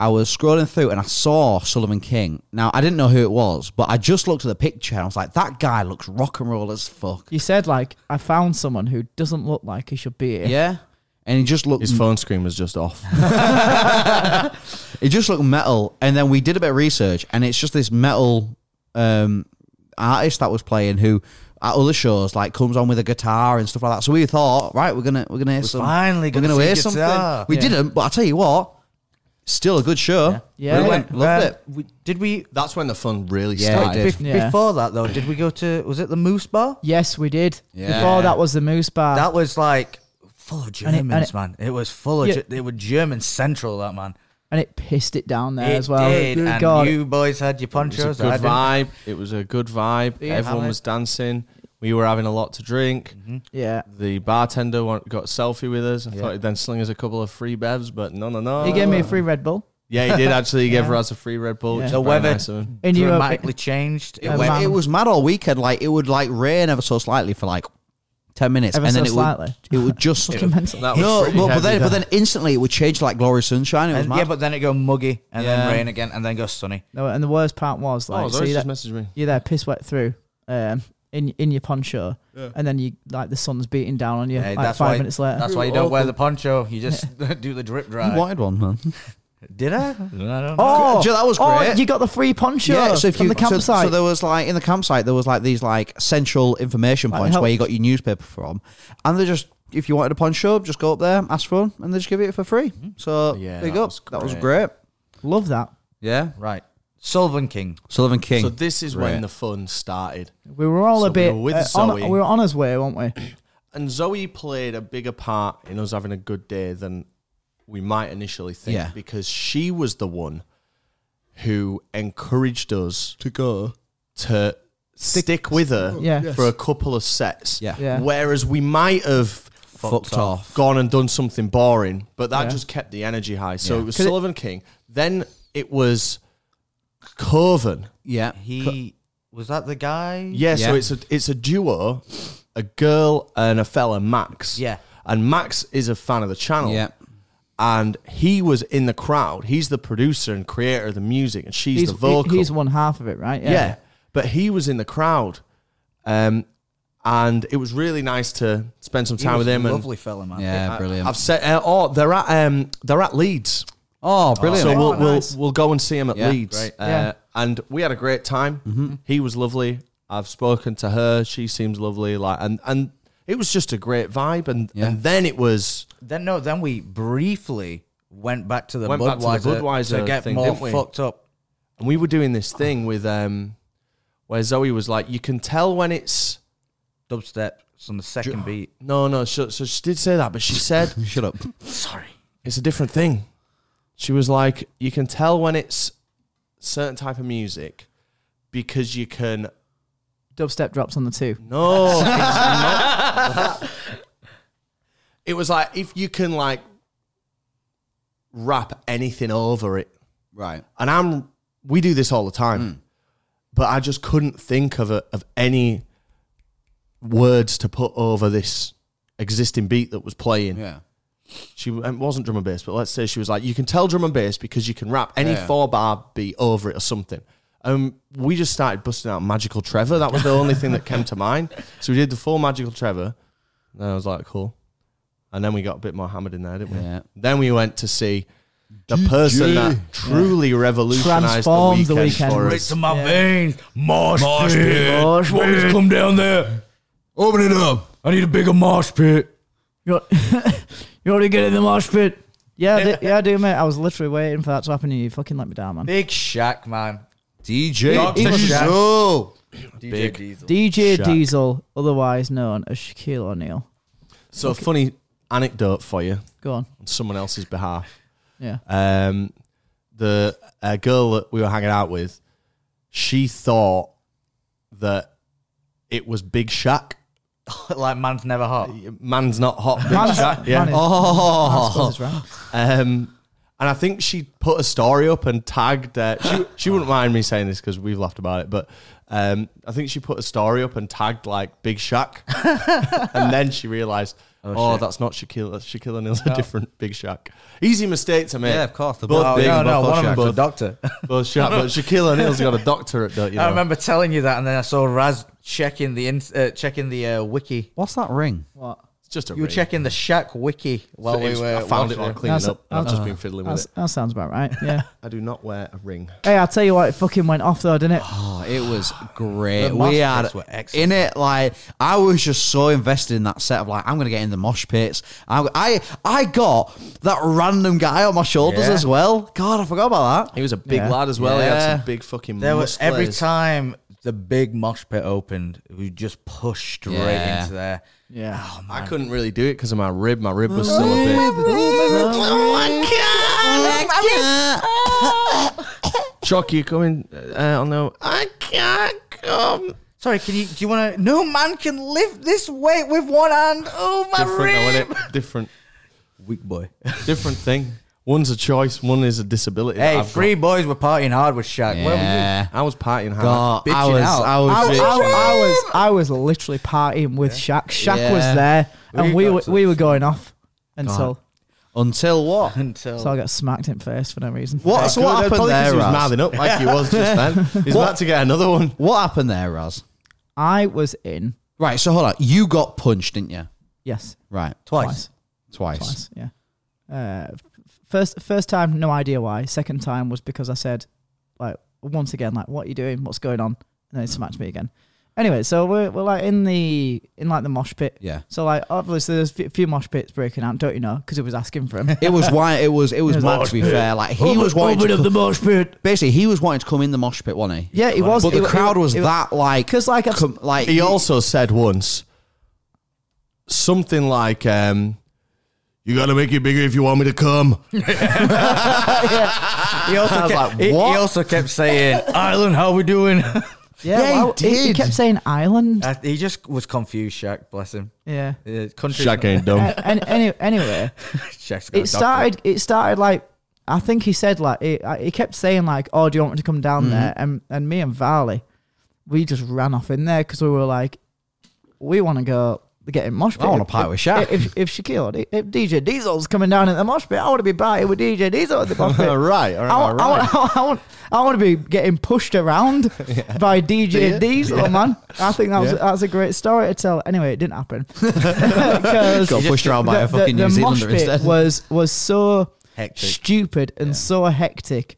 I was scrolling through and I saw Sullivan King. Now I didn't know who it was, but I just looked at the picture and I was like, that guy looks rock and roll as fuck. You said like I found someone who doesn't look like he should be here. Yeah. And he just looked His phone screen was just off. It just looked metal. And then we did a bit of research, and it's just this metal um, artist that was playing who at other shows like comes on with a guitar and stuff like that. So we thought, right, we're gonna we're gonna hear some, finally we're gonna gonna hear see something. guitar. We Yeah. didn't, but I tell you what, still a good show. Yeah. we Yeah. went, loved it. um, We, did we? That's when the fun really Yeah, it started. did. bef- Yeah. Before that though, did we go to? Was it the Moose Bar? Yes, we did. Yeah. Before that was the Moose Bar. That was like full of it- Germans, and it- man. It was full of. Yeah. Ge- they were German central, that man. and it pissed it down there It as well. did, Good and God. you boys had your It was ponchos. a I good didn't. vibe. It was a good vibe. Everyone Hammered. was dancing. We were having a lot to drink. yeah. The bartender wa- got a selfie with us. I thought he'd then sling us a couple of free bevs, but no, no, no. He gave me a free Red Bull. Yeah, he did actually. He gave us a free Red Bull. Yeah. which The is very weather nice of him. And you were- dramatically changed. It Yeah, went- man. It was mad all weekend. Like it would like rain ever so slightly for like ten minutes, Ever and so then it slightly. would it would just Fucking mental. That was no, pretty but, but heavy then but though. then instantly it would change to, like glory sunshine. It was and- mad. yeah, but then it go muggy and Yeah. then rain again and then go sunny. No, and the worst part was like, oh, so Zoe's you just that, messaged me. you're there piss wet through um, in in your poncho, and then you like the sun's beating down on you Yeah, like that's five why- minutes later. That's why you don't wear the poncho. You just do the drip You dry. wanted one, man. Did I? I don't know. Oh, Joe, that was Oh, great. you got the free poncho from the so- campsite. So, there was like in the campsite there was like these like central information Like points help- where you got your newspaper from, and they just if you wanted a poncho, just go up there, ask for one, and they just give it for free. So Yeah, big that up. was that was great. great. Love that. Yeah, Right. Sullivan King. Sullivan King. So this is when Right. the fun started. We were all So a we bit were with uh, on, Zoe. we were on his way, weren't we? And Zoe played a bigger part in us having a good day than we might initially think Yeah. because she was the one who encouraged us to go. to stick, with her Yeah. for a couple of sets. Yeah. Yeah. Whereas we might have Fucked off. gone and done something boring, but that Yeah. just kept the energy high. So it was 'Cause it- Sullivan King. Then it was Coven. Yeah, He was that the guy? Yeah, so Yeah. it's a it's a duo, a girl and a fella, Max. Yeah. And Max is a fan of the channel. yeah. And he was in the crowd. He's the producer and creator of the music, and she's He's, the vocal. he- he's one half of it, right? yeah. But he was in the crowd. Um and it was really nice to spend some He time was with him. a and lovely fella, man. Yeah, brilliant. I've said, uh, oh, they're at um, they're at Leeds. oh, brilliant. So we'll, nice. we'll we'll go and see him at Yeah, Leeds. great. Uh, Yeah. Mm-hmm. And we had a great time. He was lovely. I've spoken to her. She seems lovely. Like and and it was just a great vibe. And Yeah. and then it was Then no, then we briefly went back to the, Went back to the Budweiser, Budweiser to get thing, more didn't we? fucked up. and we were doing this thing with um where Zoe was like, you can tell when it's Dubstep on the second beat. no no. So, so she did say that, but she said Shut up. Sorry. it's a different thing. She was like, you can tell when it's certain type of music because you can Dubstep drops on the two. No, it's not that. It was like if you can like wrap anything over it, Right. and I'm we do this all the time, but I just couldn't think of a, of any words to put over this existing beat that was playing. Yeah. She it wasn't drum and bass, but let's say she was like, you can tell drum and bass because you can wrap any Yeah. four bar beat over it or something. Um, we just started busting out Magical Trevor. That was the only thing that came to mind. So we did the full Magical Trevor. And I was like, cool. And then we got a bit more hammered in there, didn't we? Yeah. Then we went to see the person that truly revolutionized Transformed the the weekend, weekend. for Right us. to my veins. Mosh, pit. Mosh You want me to pit. come down there? Open it up. I need a bigger marsh pit. You're, you're already good in the mosh pit. Yeah, I do, yeah, I do, mate. I was literally waiting for that to happen, and you fucking let me down, man. Big shack, man. DJ Dogs are Diesel. DJ Big. Diesel. DJ Shaq. Diesel, otherwise known as Shaquille O'Neal. So, a funny anecdote for you Go on. on someone else's behalf. Yeah. um, the a girl that we were hanging out with, she thought that it was Big Shack. like man's never hot. Man's not hot, Big Man is- Shack. Yeah. man is- I oh. suppose it's right. Um, and I think she put a story up and tagged. Uh, she she wouldn't mind me saying this because we've laughed about it, but um, I think she put a story up and tagged like Big Shack, and then she realised, oh, that's not Shaquille. That's Shaquille O'Neal's a different Big Shack. Easy mistake to make. Yeah, of course, they're Both both big, big oh, no, and no, both one of hot them's a shacks. doctor. Well, shut up. But Shaquille O'Neal's got a doctorate, don't you know? I remember telling you that, and then I saw Raz checking the in, uh, checking the uh, wiki. What's that ring? What? It's just a You were ring. checking the shack wiki while It we was- were. I found it watching while cleaning That's- up. and I've just uh, been fiddling with That's- it. That sounds about right. Yeah. I do not wear a ring. hey, I'll tell you what, it fucking went off though, didn't it? Oh, it was great. The mosh we had pits were excellent. in it like I was just so invested in that set of like I'm gonna get in the mosh pits. I I, I got that random guy on my shoulders Yeah. as well. God, I forgot about that. He was a big Yeah. lad as well. He had Yeah. some big fucking. There was every muscles. time the big mosh pit opened, we just pushed straight Yeah. into there. Yeah. Oh, I couldn't really do it because of my rib. My rib was still a bit. Chuck, you coming uh, on the? I can't come. Sorry, can you? Do you want to? No man can lift this weight with one hand. Oh my Different, though, rib! isn't it? Different, Weak boy. different thing. One's a choice. One is a disability. that Hey, I've three boys were partying hard with Shaq. Where were Yeah. got. I was partying hard. God, I Bitching was, out. I I, was, I, I was I was literally partying with Shaq. Shaq was Yeah. there, and We we got were, to- we were going off until until what? you? Until so I got smacked in the face for no reason. What? so what happened Probably 'cause there, He was Raz? mouthing up like he was just then. He's about to get another one. What happened there, Raz? I was in Right. So hold on. You got punched, didn't you? yes Right. twice. Twice. twice. twice. Yeah. Uh, f- first first time, no idea why. Second time was because I said, like, once again, like, what are you doing? What's going on? And then it smacked me again. Anyway, so we're, we're like in the in like the mosh pit. Yeah. So like obviously there's a few mosh pits breaking out, don't you know? Because it was asking for him. It was why it was it was was mad to be fair. Like he was wanting to of the mosh pit. basically he was wanting to come in the mosh pit, wasn't he? Yeah, it was. But the it- it- crowd was it- that like 'Cause, like, I've- com- like He also said once something like, um, "You got to make it bigger if you want me to come." He also, was kept, like, he- he "What?" also kept saying, "Ireland, how we doing?" Yeah, Yeah, he well, he, he did. kept saying island. I- he just was confused. Shaq, bless him. Yeah. Uh, country. Shaq ain't dumb. and, and any, anyway, Shaq's got a it doctorate. started. It started like I think he said like he, I- he kept saying like, "Oh, do you want me to come down Mm-hmm. there?" And and me and Valley, we just ran off in there because we were like, we want to go get in mosh pit. I wanna If- party with Shaq. If if, if Shaquille, if DJ Diesel's coming down in the mosh pit, I want to be partying with DJ Diesel at the mosh pit. all right, Oh, all right, I, all want- I, right. want- I, want- I want, I want to be getting pushed around by DJ Diesel, man. I think that was that's a great story to tell. Anyway, it didn't happen. 'Cause got pushed around by a fucking New mosh Zealander pit instead. was was so Hectic. stupid and so hectic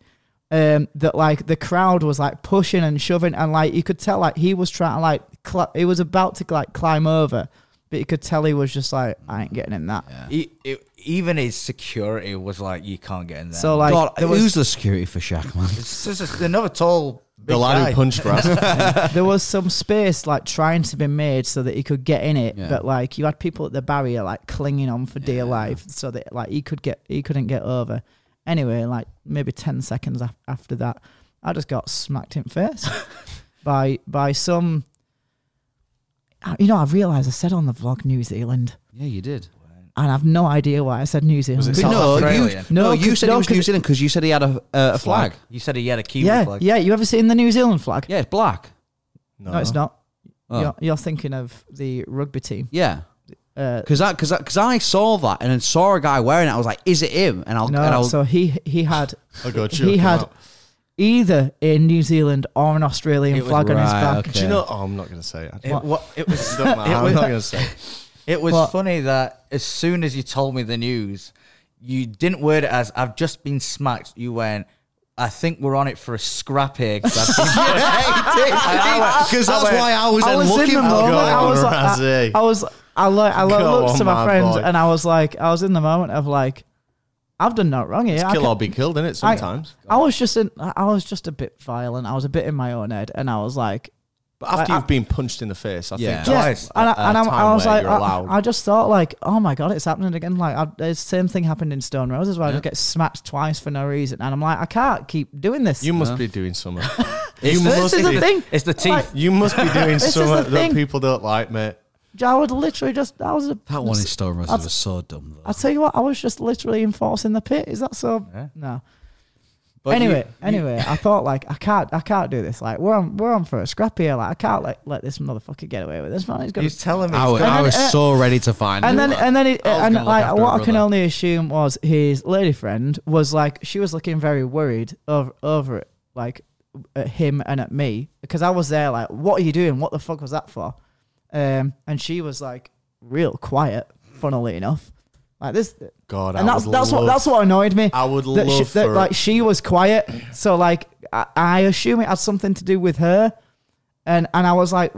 um, that like the crowd was like pushing and shoving and like you could tell like he was trying to like cl- he was about to like climb over, but you could tell he was just like I ain't getting in that. He, he- even his security was like, "You can't get in there." So like God, there who's was the security for Shaq, man? it's just another tall. The big lad guy. who punched Raz. there was some space like trying to be made so that he could get in it, Yeah. but like you had people at the barrier like clinging on for dear life so that like he could get he couldn't get over. Anyway, like maybe ten seconds af- after that, I just got smacked in the face by by some. I- You know, I realised I said on the vlog New Zealand, yeah, you did. and I've no idea why I said New Zealand. But no, you, Australian. no, No, you 'cause- said no, he was 'cause New it- Zealand because you said he had a, a, a flag. You said he had a Kiwi yeah, flag. yeah. You ever seen the New Zealand flag? Yeah, it's black. No, it's not. Oh. You're, you're thinking of the rugby team. Yeah, Uh, because that because because I saw that and then saw a guy wearing it. I was like, is it him? And I'll no, and I'll so he he had I got you. he had either a New Zealand or an Australian It was- flag on his right, back. okay. Do you know? Oh, I'm not going to say it. It, It, wa- it was. doesn't matter. it I'm was- not going to say it. It was But- funny that as soon as you told me the news, you didn't word it as "I've just been smacked." You went, "I think we're on it for a scrap here." 'cause I've been-" because that's why I was, I then was in looking the for moment. God, I was like, Razzie. I, I was, I look, I look, Go looked to on, my, my friends boy. and I was like, I was in the moment of like, I've done no wrong here. I Kill ca- or be killed, innit? I- Sometimes. I, was just in, I I was just a bit violent. I was a bit in my own head, and I was like, but after I- you've been punched in the face, I Yeah. think yeah, that's Guys, and, a- a I, and I'm- I, time was where like, you're I, allowed. I just thought like, oh my god, it's happening again. Like, I, the same thing happened in Stone Roses where I just get smacked twice for no reason, and I'm like, I can't keep doing this. you must be doing something. It's you the- must this is be the thing. It's the teeth. Like, You must be doing This is the something that thing. people don't like, mate. I would literally just, I was, a, That one in Stone Roses That's- was so dumb I though. tell you what, I was just literally enforcing the pit. Is that so? No. But anyway, you- you- anyway, I thought like I can't, I can't do this. Like we're on, we're on for a scrap here. Like I can't let let this motherfucker get away with this man. He's gonna. You're telling me. I was, it's I then, was uh, so ready to find and him. then, and then, it, I was and gonna look like after what her I can brother. only assume was his lady friend was like she was looking very worried over over it, like at him and at me because I was there like, what are you doing? What the fuck was that for? Um, and she was like real quiet, funnily enough. Like this, God, and I that's would that's what love- that's what annoyed me. I would that love she, that, for- like she was quiet, so like I, I assume it had something to do with her, and and I was like,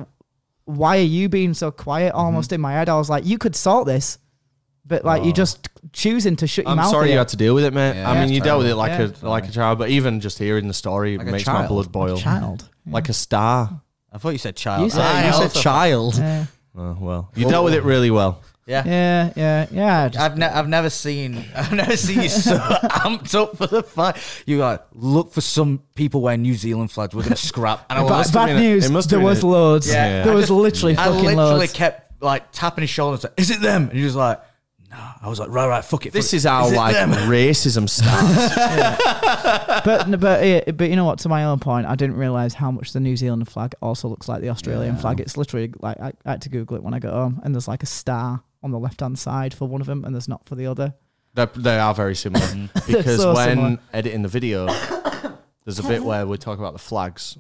why are you being so quiet? Mm-hmm. Almost in my head, I was like, you could sort this, but like you're just choosing to shut your I'm mouth. sorry you here. had to deal with it, mate. Yeah, I mean, it's you dealt with it like terrible. a like a child, but even just hearing the story Like a makes my child. blood boil. Like a, child. star. I thought you said child. You said- I you said also- child. Yeah, Oh, well, you dealt with it really well. Yeah. yeah, yeah, yeah. I just- I've, ne- I've never seen I've never seen you so amped up for the fight. You like look for some people wearing New Zealand flags. We're gonna scrap. And Ba- I was, must have bad been a- news. it must have there been was a- loads. Yeah. There I was just- literally I fucking literally loads. kept like tapping his shoulders. Like, is it them? And he was like, no. I was like, right, right, fuck it. This fuck is it. how it like them?" racism starts. but but yeah, but you know what? To my own point, I didn't realize how much the New Zealand flag also looks like the Australian flag. It's literally like I, I had to Google it when I got home, and there's like a star on the left hand side for one of them, and there's not for the other. They're- they are very similar Mm-hmm. because so when similar. editing the video, there's a bit where we talk about the flags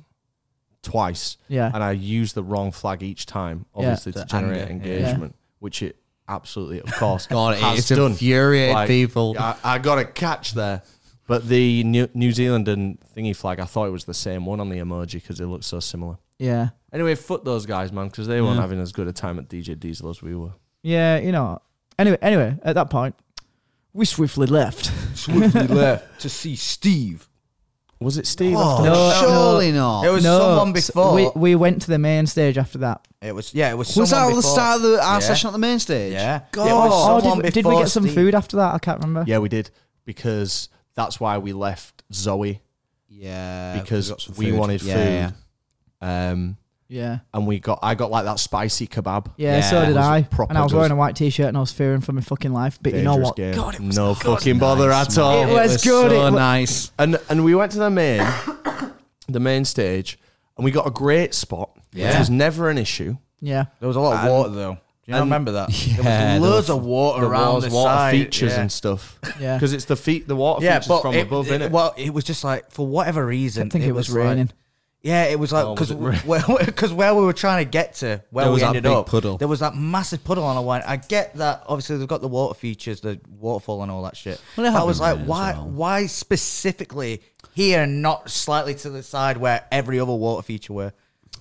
twice, Yeah. and I use the wrong flag each time, Yeah. obviously to To generate anger, yeah. engagement, which it absolutely, of course, God, has it's done. infuriated Like, people. I, I got a catch there. But the New, New Zealand and thingy flag, I thought it was the same one on the emoji because they look so similar. Yeah, Anyway, foot those guys, man, because they weren't having as good a time at DJ Diesel as we were. yeah. You know. Anyway, anyway, at that point, we swiftly left. swiftly left to see Steve. Was it Steve? Oh, after- No, surely It not. was someone s- before. We we went to the main stage after that. it was yeah. It was Was that someone the before. start of the, our Yeah. session at the main stage? Yeah. God. It was Oh, Someone did, did we before get some Steve. food after that? I can't remember. Yeah, we did because that's why we left Zoe yeah. because got some we wanted Yeah, food. Um, Yeah. and we got I got like that spicy kebab. Yeah, so Yeah, did it was I. proper And I was just- wearing a white t-shirt and I was fearing for my fucking life. But you know Dangerous what? game. God, it was no fucking bother at all. It was good, So it wa- nice. and and we went to the main, the main stage, and we got a great spot, which Yeah. was never an issue. Yeah. There was a lot of water though. Do you not remember that? Yeah, there there was loads was of water The around walls, the water side. features yeah. and stuff. Yeah. because it's the feet, the water yeah, features but from it- above, it, innit? Well, it was just like for whatever reason. I think it, was, like- raining. yeah, it was like Oh, because was it rain? because where we were trying to get to where There we was that ended big up, puddle. there was that massive puddle, and I went, I get that. Obviously, they've got the water features, the waterfall, and all that shit. Well, it But I was like, happened there as why, well. why specifically here, and not slightly to the side where every other water feature were?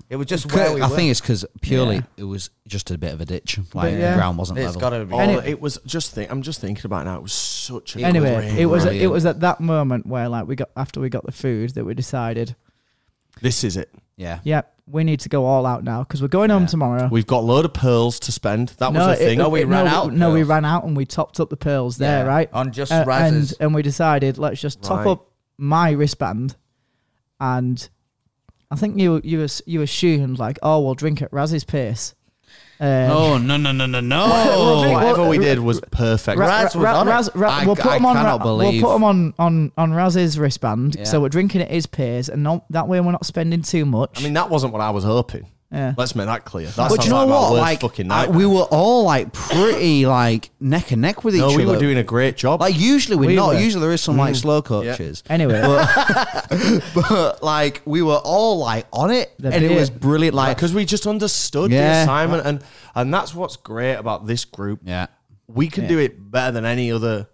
It was just where we I were. think it's because purely Yeah. it was just a bit of a ditch. Like yeah. the ground wasn't it's level. Oh, got to be. All- Anyway. it was just think I'm just thinking about it now. It was such a Anyway, great it was night. it was at that moment where like we got after we got the food that we decided, this is it. yeah. yep, we need to go all out now because we're going home tomorrow. We've got a load of pearls to spend. That was the it- thing. Oh, No, we it- ran no, out of No, we pearls. ran out and we topped up the pearls there, Yeah, right? on just and razzers. and we decided let's just top Right. up my wristband, and I think you you as- you assumed like oh we'll drink at Raz's pace. Uh, Oh no no no no no! Well, Whatever we Ra- did was perfect. Ra- Raz Ra- was on it. Raz- Ra- I- we'll put I 'em on. cannot Ra- believe- We'll put 'em on on on Raz's wristband, so Yeah. we're drinking at his peers, and not, that way we're not spending too much. I mean, that wasn't what I was hoping. Yeah. Let's make that clear. That But sounds you know like my what? worst Like fucking I- night. we were all like pretty like neck and neck with no, each we other. were doing a great job. like usually we're Mm. We not. were. Usually there is some like slow coaches. anyway, but like we were all like on it, The and it beer. was brilliant. Like because we just understood the Yeah. assignment, and and that's what's great about this group. yeah, We can do it better than any other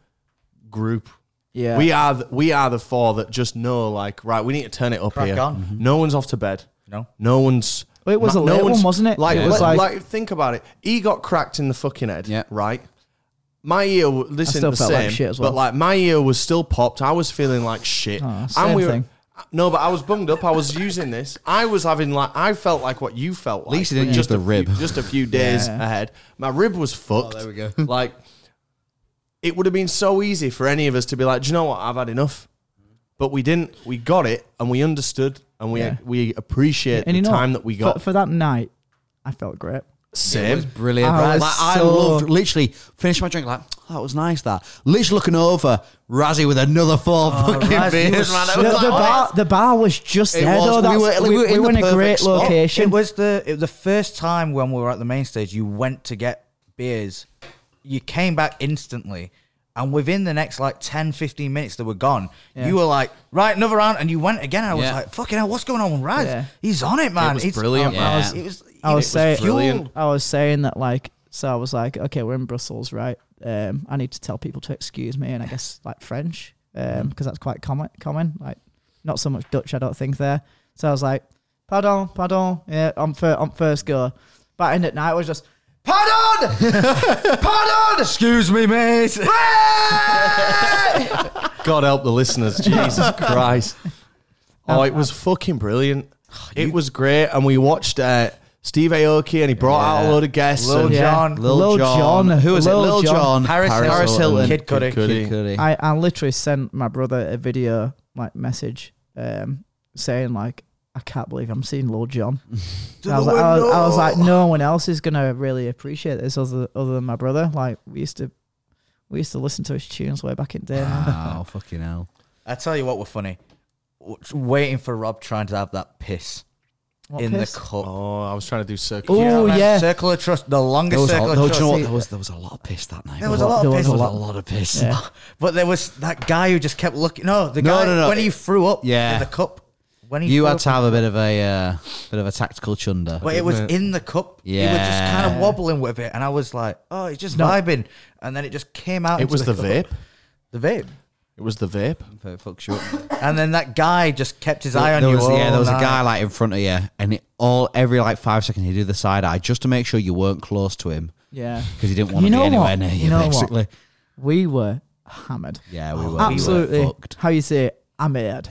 group. yeah, We are the, we are the four that just know like right. We need to turn it up Crack here. Mm-hmm. on. No one's off to bed. No. No one's It was No- a no little one's- one, wasn't it? Like, it let- was like, like, think about it. He got cracked in the fucking head. Yeah. Right. My ear, w- this I isn't still the felt same, like shit as well. but like my ear was still popped. I was feeling like shit. Oh, same thing. no, but I was bunged up. I was using this. I was having like I felt like what you felt like. least he didn't but use the a few- rib. just a few days Yeah. ahead. My rib was fucked. there we go. like it would have been so easy for any of us to be like, do you know what? I've had enough. But we didn't. We got it, and we understood, and we Yeah. we appreciate the know what? time that we For- got. for, that night. I felt great. Same. Oh, Brilliant. I I, was like, I so- loved literally finished my drink like "Oh, that was nice that. Literally looking over, Razzie with another four fucking Oh, Razzie beers, was man. I The, was the like, bar, the bar was just It there. was. though. We That's- were- we were in the in a perfect great spot. location. It was the it was the first time when we were at the main stage. You went to get beers. You came back instantly. And within the next like 10, 15 minutes that were gone, you were like, right, another round. And you went again. I was Yeah. like, fucking hell, what's going on with Raz? Yeah. He's on it, man. was It's- brilliant, I man. was, it was, I was saying, brilliant. I was saying that like, so I was like, okay, we're in Brussels, right? Um, I need to tell people to excuse me, and I guess like French, um, because that's quite common, common. Like, not so much Dutch, I don't think there. So I was like, pardon, pardon, yeah, on fir- on first go, but in at night I was just pardon, pardon. Excuse me, mate. God help the listeners. Jesus Christ. Um, Oh, it was fucking brilliant. It was great. And we watched uh, Steve Aoki and he brought out a load of guests. Lil and John. Lil, Lil John. John. Who is it? Lil Lil John. John. Harris Hilton. Kid Kid Cudi. Cudi. Kid I, I literally sent my brother a video like message um, saying like I can't believe I'm seeing Lord John. I, was like, I, was, I was like, no one else is gonna really appreciate this other other than my brother. Like we used to we used to listen to his tunes way back in the day. man. Oh, fucking hell. I tell you what, we're funny. W- Waiting for Rob trying to have that piss What in piss? the cup. Oh, I was trying to do circle. Ooh, Oh yeah. Circle of Trust, the There longest was, a, circle no, of do you trust. know what? There, was, there was a lot of piss that night. There was a lot of there piss. Was a lot, lot of piss. Yeah. But there was that guy who just kept looking. No, the No, guy no, no. when he threw up Yeah. in the cup. When he You threw had up to have a bit of a uh, bit of a tactical chunder. But it was in the cup. He was just Yeah. kind of wobbling with it, and I was like, "Oh, he's just vibing," and then it just came out. It into was the cup. vape. The vape. It was the vape. It fucks you up. And then that guy just kept his eye on there you. was, all yeah, there was a night. guy like in front of you, and it all every like five seconds he'd do the side eye just to make sure you weren't close to him Yeah. because he didn't want You to be know anywhere what? near you. You know what? basically, We were hammered. yeah, we were Absolutely. we were fucked. How you say it? hammered.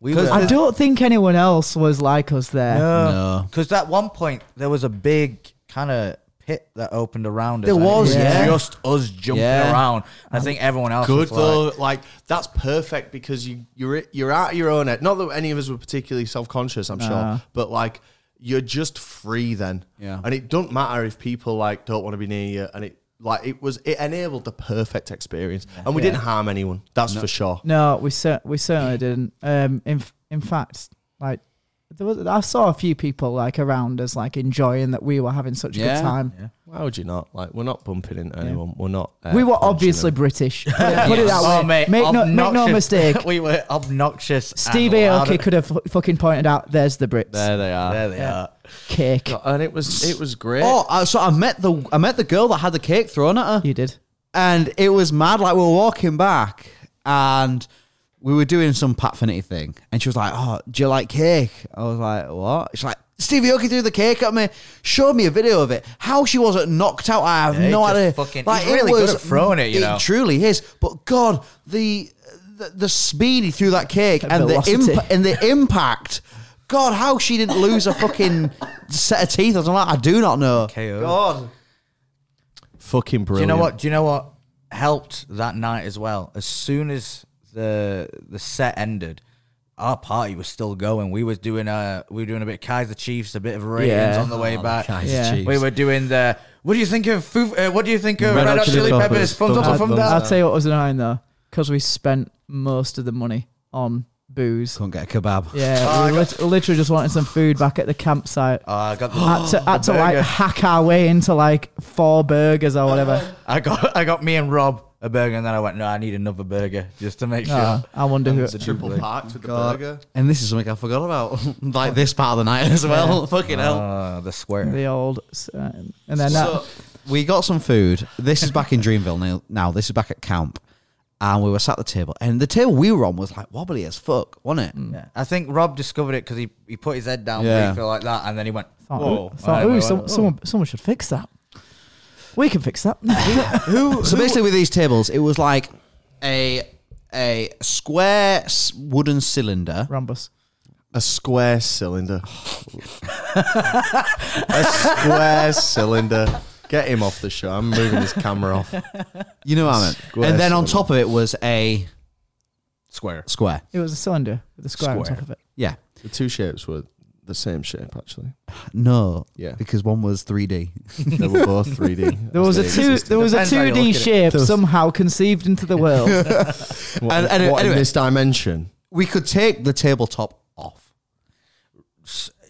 We 'Cause were- I don't think anyone else was like us there. No. Because at one point there was a big kind of pit that opened around us. There and it was, yeah. just us jumping Yeah. around. I think everyone else Good was like, though, like that's perfect because you you're you're out of your own head. Not that any of us were particularly self conscious, I'm sure, but like you're just free then. Yeah. and it doesn't matter if people like don't want to be near you, and it like it was it enabled the perfect experience, and we didn't harm anyone. That's for sure. No, we cer- we certainly didn't. Um, in f- in fact, like there was, I saw a few people like around us, like enjoying that we were having such a Yeah. good time. Why would you not? Like we're not bumping into anyone. We're not. uh, We were punching obviously them. British. Put it, put it that way. "Oh, mate, make, no, make no obnoxious." mistake. we were obnoxious. and Steve loud. Aoki could have f- fucking pointed out, "There's the Brits There they are. There they are. cake." And it was it was great. Oh, uh, so I met the I met the girl that had the cake thrown at her. You did. and it was mad. Like we were walking back, and we were doing some Pat Finity thing, and she was like, "Oh, do you like cake?" I was like, "What?" She's like, "Stevie Aoki threw the cake at me. Showed me a video of it. How she wasn't knocked out, I have Yeah, he no just idea. fucking- he's really good at throwing it, you know. truly is. But God, the the, the speed he threw that cake That and velocity. the imp- and the impact." God, how she didn't lose a fucking set of teeth or something like I do not know. KO. God. Fucking Do you brilliant. know what? Do you know what helped that night as well? As soon as the the set ended, our party was still going. We was doing a we were doing a bit of Kaiser Chiefs, a bit of ratings Yeah. on Oh, the way back. Yeah. We were doing the. What do you think of foo- uh, What do you think of Red, Hot Chili Peppers? Thumbs up or I'll, thumbs I'll down. tell you what was annoying though, because we spent most of the money on booze. Couldn't get a kebab. Yeah, we lit- literally just wanted some food back at the campsite. Oh, I got the, had to, had to burger. like hack our way into like four burgers or whatever. I got I got me and Rob a burger, and then I went. No, I need another burger just to make sure. Ah, I wonder who. the triple parked with the burger. And this is something I forgot about, like this part of the night as well. Fucking hell. Ah, the swear. The old, s- uh, and then that, So we got some food. This is back in Dreamville now. Now this is back at camp, and we were sat at the table, and the table we were on was like wobbly as fuck, wasn't Mm. it? Yeah. I think Rob discovered it because he, he put his head down Yeah. briefly like that, and then he went, Thought, "Whoa!" ooh, thought, And I ooh, went, some, someone, someone should fix that. We can fix that. Who? So basically, with these tables, it was like a a square s- wooden cylinder. Rhombus. A square cylinder. a square cylinder. Get him off the show. I'm moving his camera off. You know what I meant. Square and then on cylinder. top of it was a Square. square. It was a cylinder with a square, on Square. top of it. Yeah. The two shapes were the same shape, actually. No. Yeah. Because one was 3D. They were both 3D. There was a two. There was a Depends how you two D look at it. shape somehow conceived into the world. What, and- and what anyway- in this dimension? We could take the tabletop off.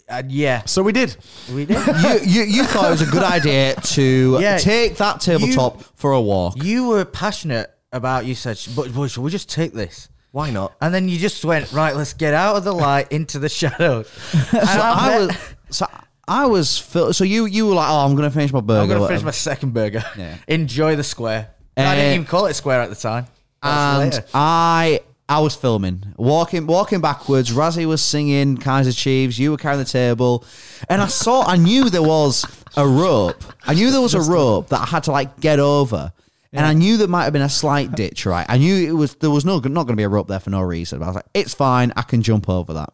And yeah, So we did. we did. you, you, you thought it was a good idea to Yeah. take that tabletop for a walk. you were passionate about. You said, "But, but should we just take this?" Why not? And then you just went right. Let's get out of the light into the shadows. And So I I bet- was so I was fil- so you you were like oh I'm gonna finish my burger. I'm gonna finish whatever. my second burger. Yeah. Enjoy the square. I Uh, didn't even call it square at the time. That was and later. I I was filming, walking walking backwards. Razzie was singing Kaiser Chiefs. You were carrying the table, and I saw. I knew there was a rope. I knew there was a rope that I had to like get over. And I knew there might have been a slight ditch, right? I knew it was there was no not going to be a rope there for no reason. But I was like, it's fine, I can jump over that.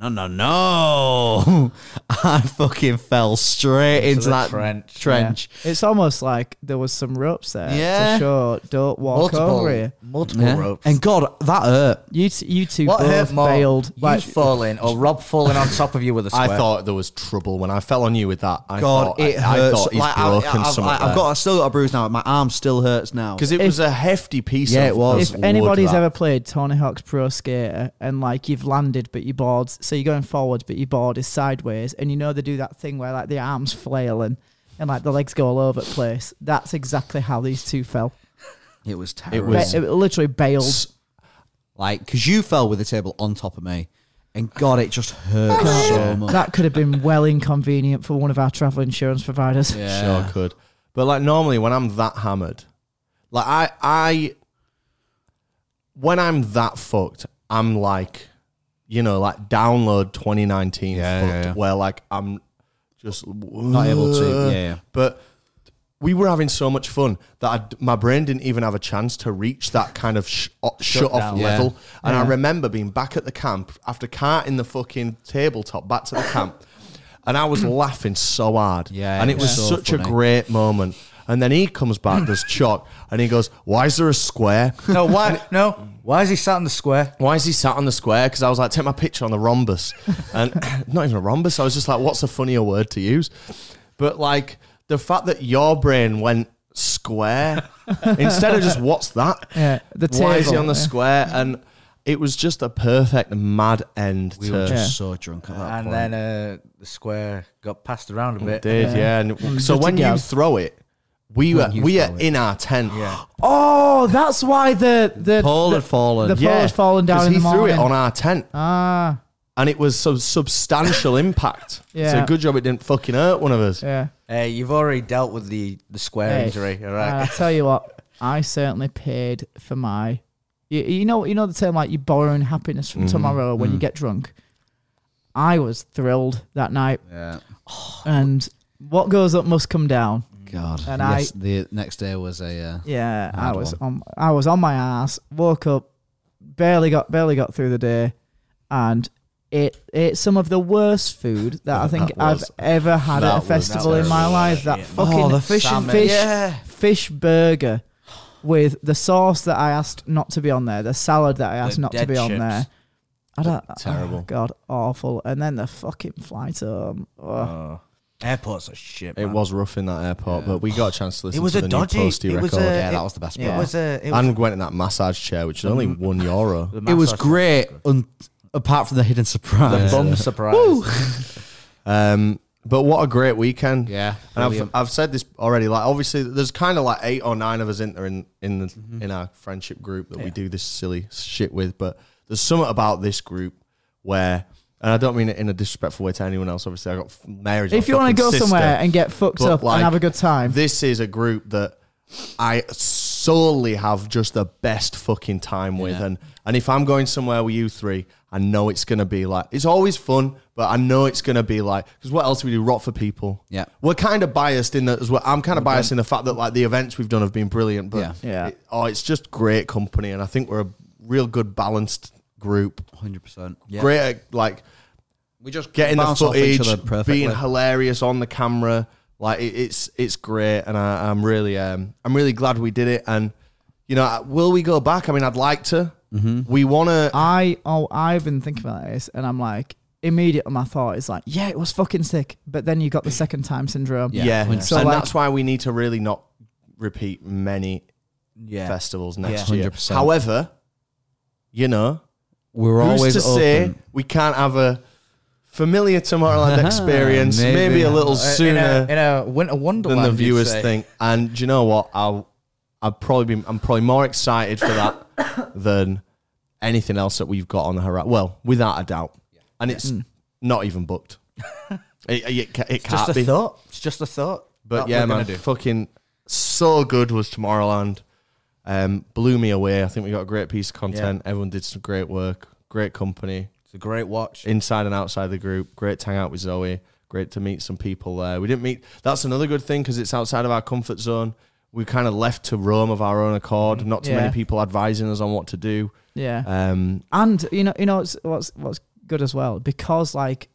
No, no, no! I fucking fell straight into, the that trench, yeah. trench. It's almost like there was some ropes there Yeah. to show don't walk over multiple, here. multiple Yeah. ropes. And God, that hurt. You t- you two what both hurt more? bailed. You Like, falling or Rob falling on top of you with a square? I thought there was trouble when I fell on you with that. I God, thought, it I, hurts. I thought he's Like, I- broken I've, something. I've got, I've still got a bruise now. My arm still hurts now. because it was a hefty piece. Yeah, of, it was. of if wood anybody's that- ever played Tony Hawk's Pro Skater and like you've landed but your board's so you're going forwards but your board is sideways and you know they do that thing where like the arms flail and, and like the legs go all over the place. That's exactly how these two fell. it was It terrible. Ba- was it literally bailed. s- like because you fell with the table on top of me, and God, it just hurt so much. That could have been well inconvenient for one of our travel insurance providers. Yeah. Sure could. But like normally when I'm that hammered, like I I when I'm that fucked, I'm like, you know, like download 2019 Yeah, fucked, yeah, yeah. where like I'm just Not able to. Yeah, yeah. But we were having so much fun that I d my brain didn't even have a chance to reach that kind of sh- o- shut, off down. level. And I Yeah. remember being back at the camp after carting the fucking tabletop back to the camp, and I was laughing so hard. Yeah, and it it was was so such a funny. great moment. And then he comes back, there's Chuck, and he goes, "Why is there a square? no, why? No, why is he sat in the square? Why is he sat on the square?" Because I was like, "Take my picture on the rhombus," and not even a rhombus. I was just like, "What's a funnier word to use?" But like the fact that your brain went square instead of just what's that? Yeah, the Why is he table, on the yeah. square? And it was just a perfect mad end We to were Yeah. just so drunk at that And point. then uh, the square got passed around a bit. did yeah. And so good when to you go. throw it, we were you we throw are it. in our tent. Yeah. Oh, that's why the the Paul the, had fallen. the Paul had fallen down 'cause in he the threw morning. it on our tent. ah, and it was some substantial impact. Yeah. So good job it didn't fucking hurt one of us. yeah. Hey, Uh, you've already dealt with the, the square Hey, injury, all And right? I tell you what, I certainly paid for my. You, you know, you know the term like you're borrowing happiness Mm-hmm. from tomorrow when Mm. you get drunk. I was thrilled that night, yeah. and what goes up must come down. God. And yes, I- the next day was a. Uh, Yeah, Hard I was on. I was on my ass. Woke up, barely got barely got through the day, and it ate some of the worst food that I think That was- I've ever had that at a was festival in my terrible. life. That Yeah. fucking Oh, the fish and salmon- fish. fish fish burger with the sauce that I asked not to be on there, the salad that I asked The not to dead be on chips. there. I don't, Terrible. oh, God, awful. And then the fucking flight home. Ugh. Oh. Airport's a shit. It man. was rough in that airport, but we got a chance to listen It was to a the dodgy- new posty it was record. a- yeah, that it- was the best It yeah. part. was a. It was, and went in that massage chair, which is only one euro. It was great, un- apart from the hidden The surprise. bum surprise. Um, but what a great weekend! Yeah, and I've, brilliant. I've said this already. Like, obviously, there's kind of like eight or nine of us in there in in, the, in our friendship group that we do this silly shit with. But there's something about this group where, and I don't mean it in a disrespectful way to anyone else. Obviously, I got f- Mary's. If my you want fucking to go sister. somewhere and get fucked But, up like, and have a good time, This is a group that I s- solely have just the best fucking time with. And and if I'm going somewhere with you three, I know it's gonna be like it's always fun, but I know it's gonna be like because what else do we do? Rot for people. Yeah. we're kind of biased in that as well. I'm kind of biased in the fact that like the events we've done have been brilliant, but Yeah. Yeah. it- oh, it's just great company, and I think we're a real good balanced group. hundred percent. Yeah, Great, at, like We just getting the bounce off each footage, other perfectly. being hilarious on the camera. Like it, it's it's great, and I, I'm really um, I'm really glad we did it. And you know, I- will we go back? I mean, I'd like to. Mm-hmm. We want to. I oh I've been thinking about this and I'm like immediately my thought is like yeah it was fucking sick but then you got the second time syndrome Yeah, Yeah, and 100%. that's why we need to really not repeat many yeah, festivals next Yeah. year. 100%. However, you know, we're who's always to open. say we can't have a familiar Tomorrowland experience? Maybe, Maybe. a little sooner. Uh, in a, in a winter wonderland than the you'd viewers say. think. And do you know what? I'll I've probably been I'm probably more excited for that than anything else that we've got on the horizon. Well, without a doubt, and it's not even booked. it it, ca- it can't Hmm. Just a be. thought. It's just a thought. But That yeah, we're gonna man, do. fucking so good was Tomorrowland. Um, blew me away. I think we got a great piece of content. Everyone did some great work. Great company It's a great watch. inside and outside the group. Great to hang out with Zoe. Great to meet some people there. We didn't meet. That's another good thing because it's outside of our comfort zone. We kind of left to roam of our own accord. Not too Mm-hmm. Yeah. many people advising us on what to do. yeah Um, and you know you know it's, what's what's good as well because like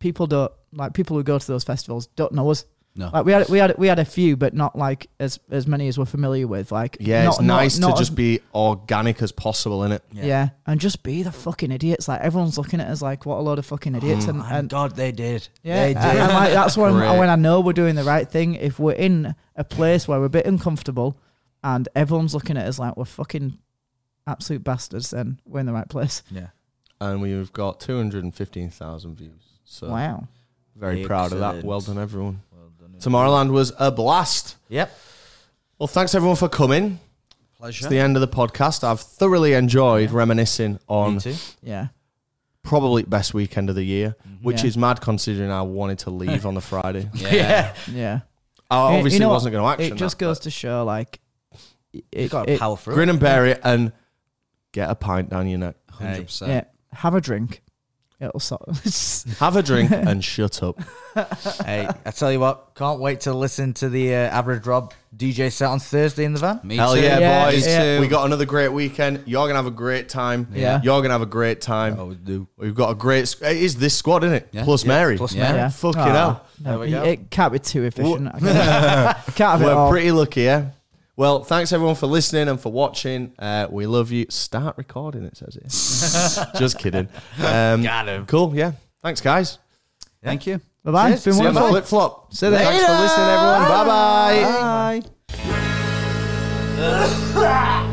people don't like people who go to those festivals don't know us No. like we had we had we had a few but not like as as many as we're familiar with like yeah, not, it's nice not, not to as- just be organic as possible in it. yeah. and just be the fucking idiots like everyone's looking at us like what a load of fucking Mm. idiots and, And and Oh, God, they did. Yeah, They did. and, and, like, that's when Great. when I know we're doing the right thing. If we're in a place where we're a bit uncomfortable and everyone's looking at us like we're fucking absolute bastards, then we're in the right place. yeah. And we've got two hundred and fifteen thousand views. So Wow. very proud of that. Excellent. Well done, everyone. Tomorrowland was a blast. Yep. Well, thanks everyone for coming. Pleasure. It's the end of the podcast. I've thoroughly enjoyed reminiscing on Me too. Yeah. probably best weekend of the year, which Mm-hmm. Yeah. is mad considering I wanted to leave on the Friday. yeah. Yeah. Yeah. I You- you obviously know what? wasn't going to action. It just that, goes to show, like, it, You got to it- power but through. grin and bear it and get a pint down your neck. hundred percent. yeah, have a drink. It'll sort. Have a drink and shut up. hey, I tell you what, can't wait to listen to the uh, Average Rob DJ set on Thursday in the van. Me Hell too. yeah, Yeah, boys! yeah. We got another great weekend. You're gonna have a great time. Yeah. Oh. You're gonna have a great time. I would do. We've got a great. squ- It is this squad, isn't it? Yeah. Plus Yeah, Mary. plus Yeah. Mary. yeah. Fucking Ah, hell. No, There we go. it, it can't be too efficient. Wha- I can't, can't have it We're all. pretty lucky, yeah. Well, thanks everyone for listening and for watching. Uh, we love you. Start recording. It says here. Just kidding. Um, Got him. Cool. Yeah. Thanks, guys. Thank you. bye bye. It's been See you on wonderful. flip flop. See you later. Thanks for listening, everyone. Bye-bye. Bye.